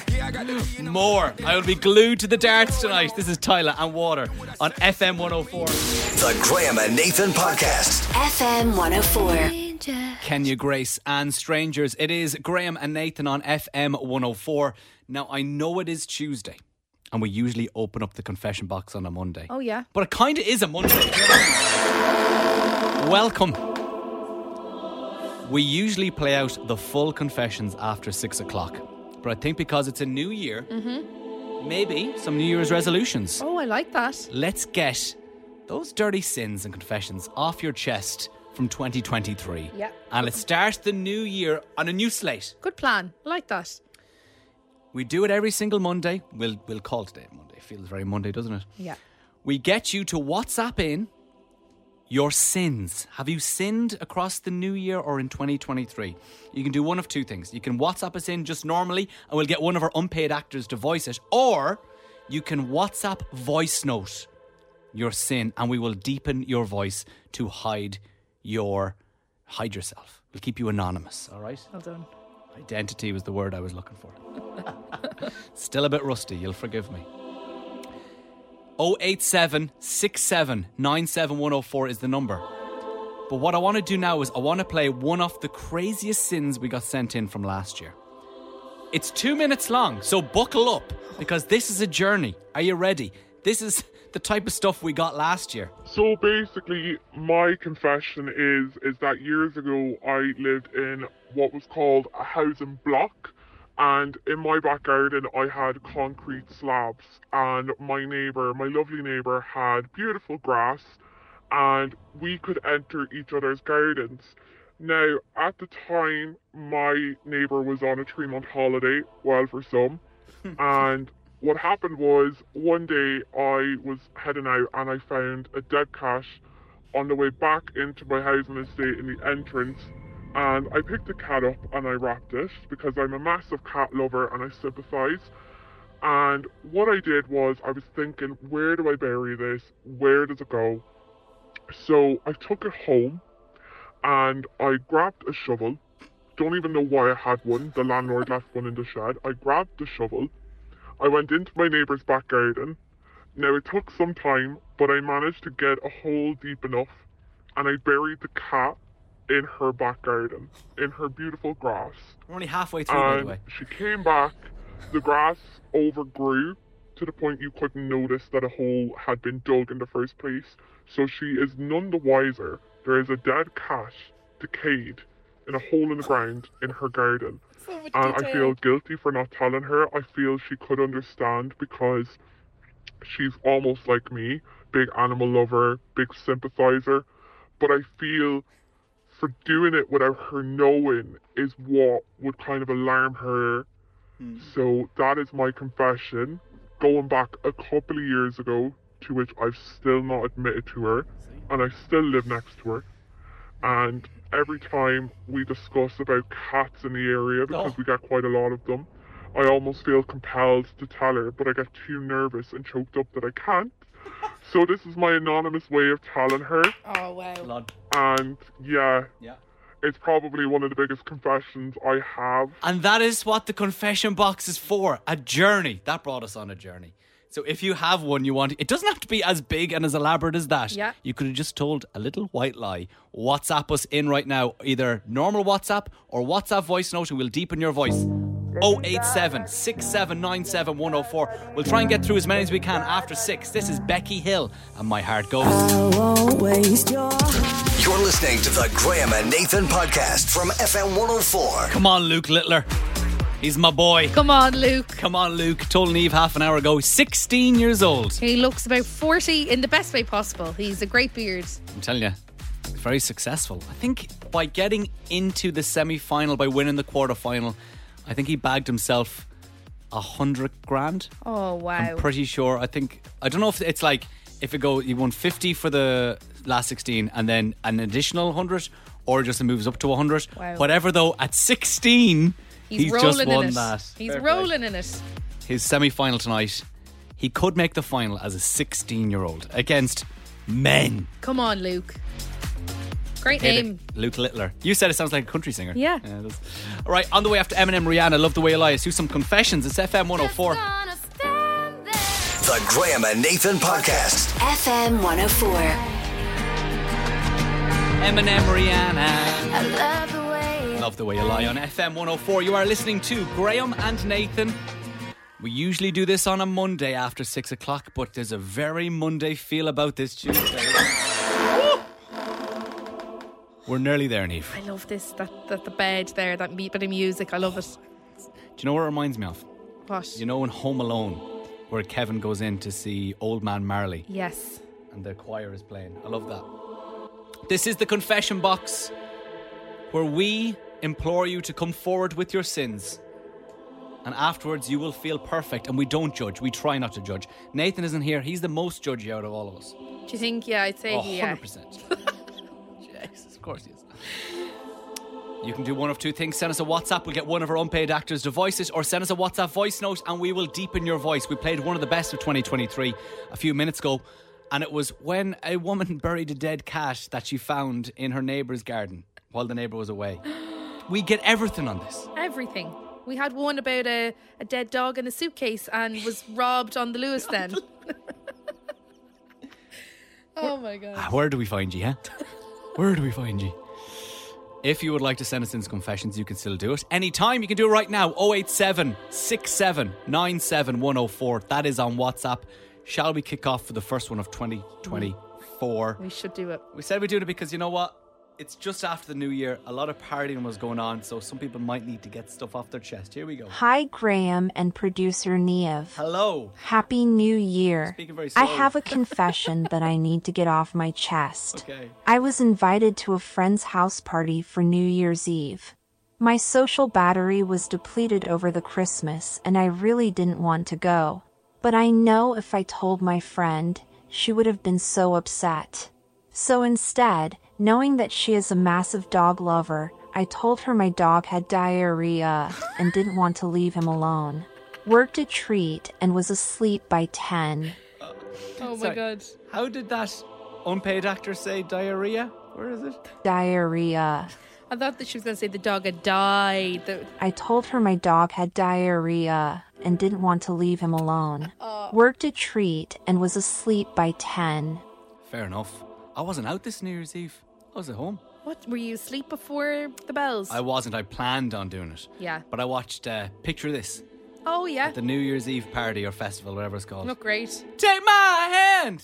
Speaker 1: More. I will be glued to the darts tonight. This is Tyler and Water on FM 104.
Speaker 3: The Graham and Nathan Podcast.
Speaker 4: FM 104.
Speaker 1: Kenya Grace and Strangers. It is Graham and Nathan on FM 104. Now, I know it is Tuesday, and we usually open up the confession box on a Monday.
Speaker 2: Oh, yeah.
Speaker 1: But it kind of is a Monday. Welcome. We usually play out the full confessions after six o'clock. But I think because it's a new year,
Speaker 2: Mm-hmm.
Speaker 1: maybe some New Year's resolutions.
Speaker 2: Oh, I like that.
Speaker 1: Let's get those dirty sins and confessions off your chest from 2023.
Speaker 2: Yeah.
Speaker 1: And let's start the new year on a new slate.
Speaker 2: Good plan. I like that.
Speaker 1: We do it every single Monday. We'll we'll call today Monday. It feels very Monday, doesn't it?
Speaker 2: Yeah.
Speaker 1: We get you to WhatsApp in your sins. Have you sinned across the new year or in 2023? You can do one of two things. You can WhatsApp us in just normally, and we'll get one of our unpaid actors to voice it, or you can WhatsApp voice note your sin, and we will deepen your voice to hide your hide yourself. We'll keep you anonymous. All right.
Speaker 2: Well done.
Speaker 1: Identity was the word I was looking for. [laughs] Still a bit rusty, you'll forgive me. 087 67 97104 is the number. But what I want to do now is I want to play one of the craziest sins we got sent in from last year. It's two minutes long, so buckle up because this is a journey. Are you ready? This is [laughs] the type of stuff we got last year.
Speaker 12: So basically, my confession is is that years ago I lived in what was called a housing block, and in my back garden I had concrete slabs, and my neighbour, my lovely neighbour, had beautiful grass, and we could enter each other's gardens. Now, at the time, my neighbour was on a three month holiday, well, for some, and what happened was one day I was heading out and I found a dead cat on the way back into my housing estate in the entrance. And I picked the cat up and I wrapped it because I'm a massive cat lover and I sympathise. And what I did was I was thinking, where do I bury this? Where does it go? So I took it home and I grabbed a shovel. Don't even know why I had one. The landlord left one in the shed. I grabbed the shovel. I went into my neighbour's back garden. Now it took some time, but I managed to get a hole deep enough and I buried the cat in her back garden, in her beautiful grass.
Speaker 1: We're only halfway through, by the
Speaker 12: And
Speaker 1: way.
Speaker 12: She came back, the grass overgrew to the point you couldn't notice that a hole had been dug in the first place. So she is none the wiser. There is a dead cat decayed in a hole in the ground in her garden.
Speaker 2: much
Speaker 12: and I
Speaker 2: detail.
Speaker 12: feel guilty for not telling her. I feel she could understand because she's almost like me big animal lover, big sympathizer. But I feel for doing it without her knowing is what would kind of alarm her. So that is my confession, going back a couple of years ago, to which I've still not admitted to her, and I still live next to her. And every time we discuss about cats in the area, because we get quite a lot of them, I almost feel compelled to tell her, but I get too nervous and choked up that I can't. So this is my anonymous way of telling her.
Speaker 2: Oh, wow.
Speaker 12: And yeah,
Speaker 1: Yeah.
Speaker 12: it's probably one of the biggest confessions I have.
Speaker 1: And that is what the confession box is for a journey. That brought us on a journey. So if you have one you want, it doesn't have to be as big and as elaborate as that.
Speaker 2: Yeah.
Speaker 1: You could have just told a little white lie. WhatsApp us in right now, either normal WhatsApp or WhatsApp voice note, and we'll deepen your voice. 087 6797 104. We'll try and get through as many as we can after six. This is Becky Hill, and my heart goes.
Speaker 3: You're listening to the Graham and Nathan Podcast from FM 104.
Speaker 1: Come on, Luke Littler. He's my boy.
Speaker 2: Come on, Luke.
Speaker 1: Come on, Luke. Told Neve half an hour ago, 16 years old.
Speaker 2: He looks about 40 in the best way possible. He's a great beard.
Speaker 1: I'm telling you, very successful. I think by getting into the semi final, by winning the quarter final, I think he bagged himself a hundred grand.
Speaker 2: Oh, wow.
Speaker 1: I'm pretty sure. I think, I don't know if it's like if it go, he won 50 for the last 16 and then an additional 100 or just it moves up to 100.
Speaker 2: Wow.
Speaker 1: Whatever, though, at 16,
Speaker 2: He's,
Speaker 1: he's,
Speaker 2: rolling
Speaker 1: just won
Speaker 2: in it.
Speaker 1: that.
Speaker 2: He's rolling in it.
Speaker 1: His semi final tonight, he could make the final as a 16 year old against men.
Speaker 2: Come on, Luke. Great
Speaker 1: Hey,
Speaker 2: name.
Speaker 1: Luke Littler. You said it sounds like a country singer.
Speaker 2: Yeah.
Speaker 1: it does. All right, on the way after Eminem, Rihanna, Love the Way You Lie, let's do some confessions. It's FM 104.
Speaker 3: The Graham and Nathan Podcast.
Speaker 4: FM 104.
Speaker 1: Eminem, Rihanna.
Speaker 4: I love the way
Speaker 1: Love the Way You Lie on FM 104. You are listening to Graham and Nathan. We usually do this on a Monday after six o'clock, but there's a very Monday feel about this Tuesday. We're nearly there, Neve.
Speaker 2: I love this, that, that the bed there, that me- bit of music. I love it.
Speaker 1: Do you know what it reminds me of?
Speaker 2: What?
Speaker 1: You know in Home Alone, where Kevin goes in to see Old Man Marley
Speaker 2: Yes.
Speaker 1: and the choir is playing. I love that. This is the confession box where we implore you to come forward with your sins. And afterwards, you will feel perfect. And we don't judge. We try not to judge. Nathan isn't here. He's the most judgy out of all of us.
Speaker 2: Do you think? Yeah, I'd say
Speaker 1: Oh,
Speaker 2: he,
Speaker 1: [laughs]
Speaker 2: yeah.
Speaker 1: 100%. Jesus, of course he is. You can do one of two things. Send us a WhatsApp. We'll get one of our unpaid actors to voice it, or send us a WhatsApp voice note and we will deepen your voice. We played one of the best of 2023 a few minutes ago, and it was when a woman [laughs] buried a dead cat that she found in her neighbour's garden while the neighbour was away. [gasps] We get everything on this.
Speaker 2: Everything. We had one about a, a dead dog in a suitcase and was robbed on the Lewis [laughs] then. oh my
Speaker 1: Ah,
Speaker 2: god.
Speaker 1: Where do we find you, huh? Where do we find you? If you would like to send us in confessions, you can still do it. Anytime, you can do it right now. 087 67 97 104. That is on WhatsApp. Shall we kick off for the first one of 2024?
Speaker 2: We should do it.
Speaker 1: We said we're doing it because you know what? It's just after the new year. A lot of partying was going on, so some people might need to get stuff off their chest. Here we go.
Speaker 13: Hi, Graham and producer Neev.
Speaker 1: Hello.
Speaker 13: Happy New Year.
Speaker 1: Speaking very
Speaker 13: I
Speaker 1: slow.
Speaker 13: have
Speaker 1: [laughs]
Speaker 13: a confession that I need to get off my chest.
Speaker 1: Okay.
Speaker 13: I was invited to a friend's house party for New Year's Eve. My social battery was depleted over the Christmas, and I really didn't want to go. But I know if I told my friend, she would have been so upset. So instead, knowing that she is a massive dog lover, I told her my dog had diarrhea and didn't want to leave him alone. Worked a treat and was asleep by 10.
Speaker 2: Oh my
Speaker 1: Sorry.
Speaker 2: god.
Speaker 1: How did that unpaid actor say diarrhea? Where is it?
Speaker 13: Diarrhea.
Speaker 2: I thought that she was going to say the dog had died. The-
Speaker 13: I told her my dog had diarrhea and didn't want to leave him alone. Worked a treat and was asleep by 10.
Speaker 1: Fair enough. I wasn't out this New Year's Eve, I was at home.
Speaker 2: what? Were you asleep before the bells?
Speaker 1: I wasn't. I planned on doing it.
Speaker 2: Yeah.
Speaker 1: But I watched uh, Picture This,
Speaker 2: Oh yeah.
Speaker 1: the New Year's Eve party or festival, whatever it's called.
Speaker 2: Not great.
Speaker 1: Take my hand!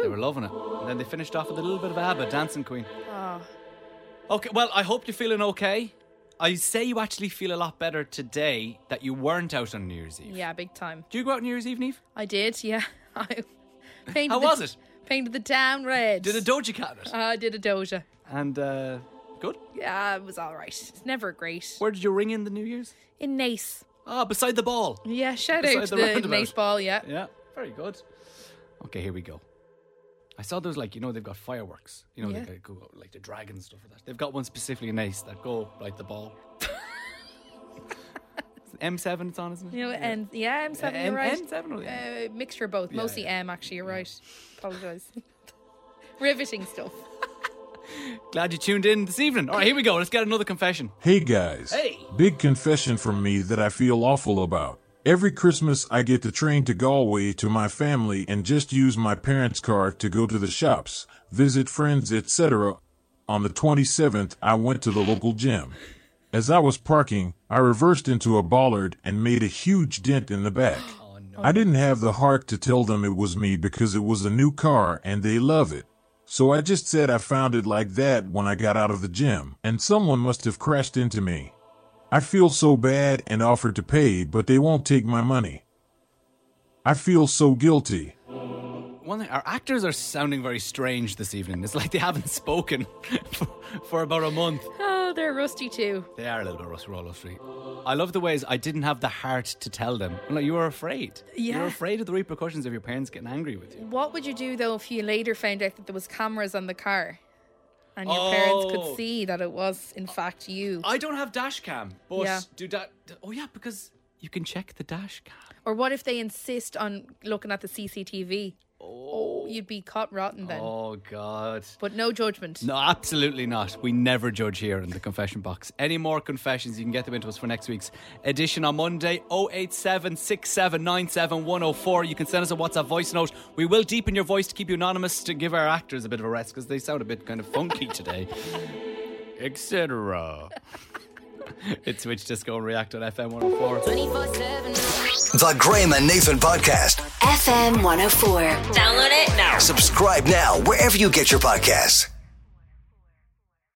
Speaker 1: They were loving it. And then they finished off with a little bit of ABBA, Dancing Queen.
Speaker 2: Oh.
Speaker 1: Okay, well, I hope you're feeling okay. I say you actually feel a lot better today that you weren't out on New Year's Eve.
Speaker 2: Yeah, big time.
Speaker 1: Do you go out New Year's Eve, Neve?
Speaker 2: I did. [laughs] Yeah. I painted.
Speaker 1: How
Speaker 2: the-
Speaker 1: was it?
Speaker 2: Painted the town red.
Speaker 1: Did a Doja Cat it?
Speaker 2: I did a Doja.
Speaker 1: And, uh, good?
Speaker 2: Yeah, it was all right. It's never great.
Speaker 1: Where did you ring in the New Year's?
Speaker 2: In Nace.
Speaker 1: Ah, beside the ball.
Speaker 2: Yeah, shout
Speaker 1: Beside
Speaker 2: out to
Speaker 1: the
Speaker 2: the,
Speaker 1: roundabout.
Speaker 2: Nace ball. Yeah.
Speaker 1: Yeah, very good. Okay, here we go. I saw those like you know they've got fireworks. You know
Speaker 2: Yeah.
Speaker 1: they go out, like the dragons stuff like that. They've got one specifically in Ace that go like the
Speaker 2: [laughs]
Speaker 1: ball. M seven it's on, isn't it? Uh,
Speaker 2: You know, and yeah, M seven. You're
Speaker 1: M-
Speaker 2: right.
Speaker 1: M7 or-
Speaker 2: uh, mixture of both,
Speaker 1: Yeah,
Speaker 2: mostly
Speaker 1: yeah.
Speaker 2: M. Actually, you're right. Apologise. [laughs] Riveting stuff. Uh,
Speaker 1: Glad you tuned in this evening. All right, here we go. Let's get another confession.
Speaker 14: Hey guys.
Speaker 1: Hey.
Speaker 14: Big confession from me that I feel awful about. Every Christmas I get the train to Galway to my family and just use my parents' car to go to the shops, visit friends, etc. On the 27th, I went to the local gym. As I was parking, I reversed into a bollard and made a huge dent in the back. I didn't have the heart to tell them it was me because it was a new car and they love it. So I just said I found it like that when I got out of the gym, and someone must have crashed into me. I feel so bad and offered to pay, but they won't take my money. I feel so guilty.
Speaker 1: One thing, our actors are sounding very strange this evening. It's like they haven't [laughs] spoken for, for about a month.
Speaker 2: Oh, they're rusty too.
Speaker 1: They are a little bit rusty, roll rusty. I love the ways I didn't have the heart to tell them. No, you were afraid. You
Speaker 2: Yeah.
Speaker 1: were afraid of the repercussions of your parents getting angry with you.
Speaker 2: What would you do though if you later found out that there was cameras on the car, and your parents
Speaker 1: Oh.
Speaker 2: could see that it was in fact you?
Speaker 1: I don't have dash cam, but
Speaker 2: Yeah.
Speaker 1: do that. Oh yeah, because you can check the dash cam.
Speaker 2: Or what if they insist on looking at the CCTV? Oh, you'd be caught rotten then.
Speaker 1: Oh God.
Speaker 2: But no judgment.
Speaker 1: No, absolutely not. We never judge here in the confession box. Any more confessions, you can get them into us for next week's edition on Monday, 087 You can send us a WhatsApp voice note. We will deepen your voice to keep you anonymous to give our actors a bit of a rest because they sound a bit kind of funky today, etc. [laughs] it's Switch Disco and React on FM 104.
Speaker 4: 24-7.
Speaker 3: The Graham and Nathan Podcast.
Speaker 4: oh FM 104. Download it now.
Speaker 3: Subscribe now wherever you get your podcasts.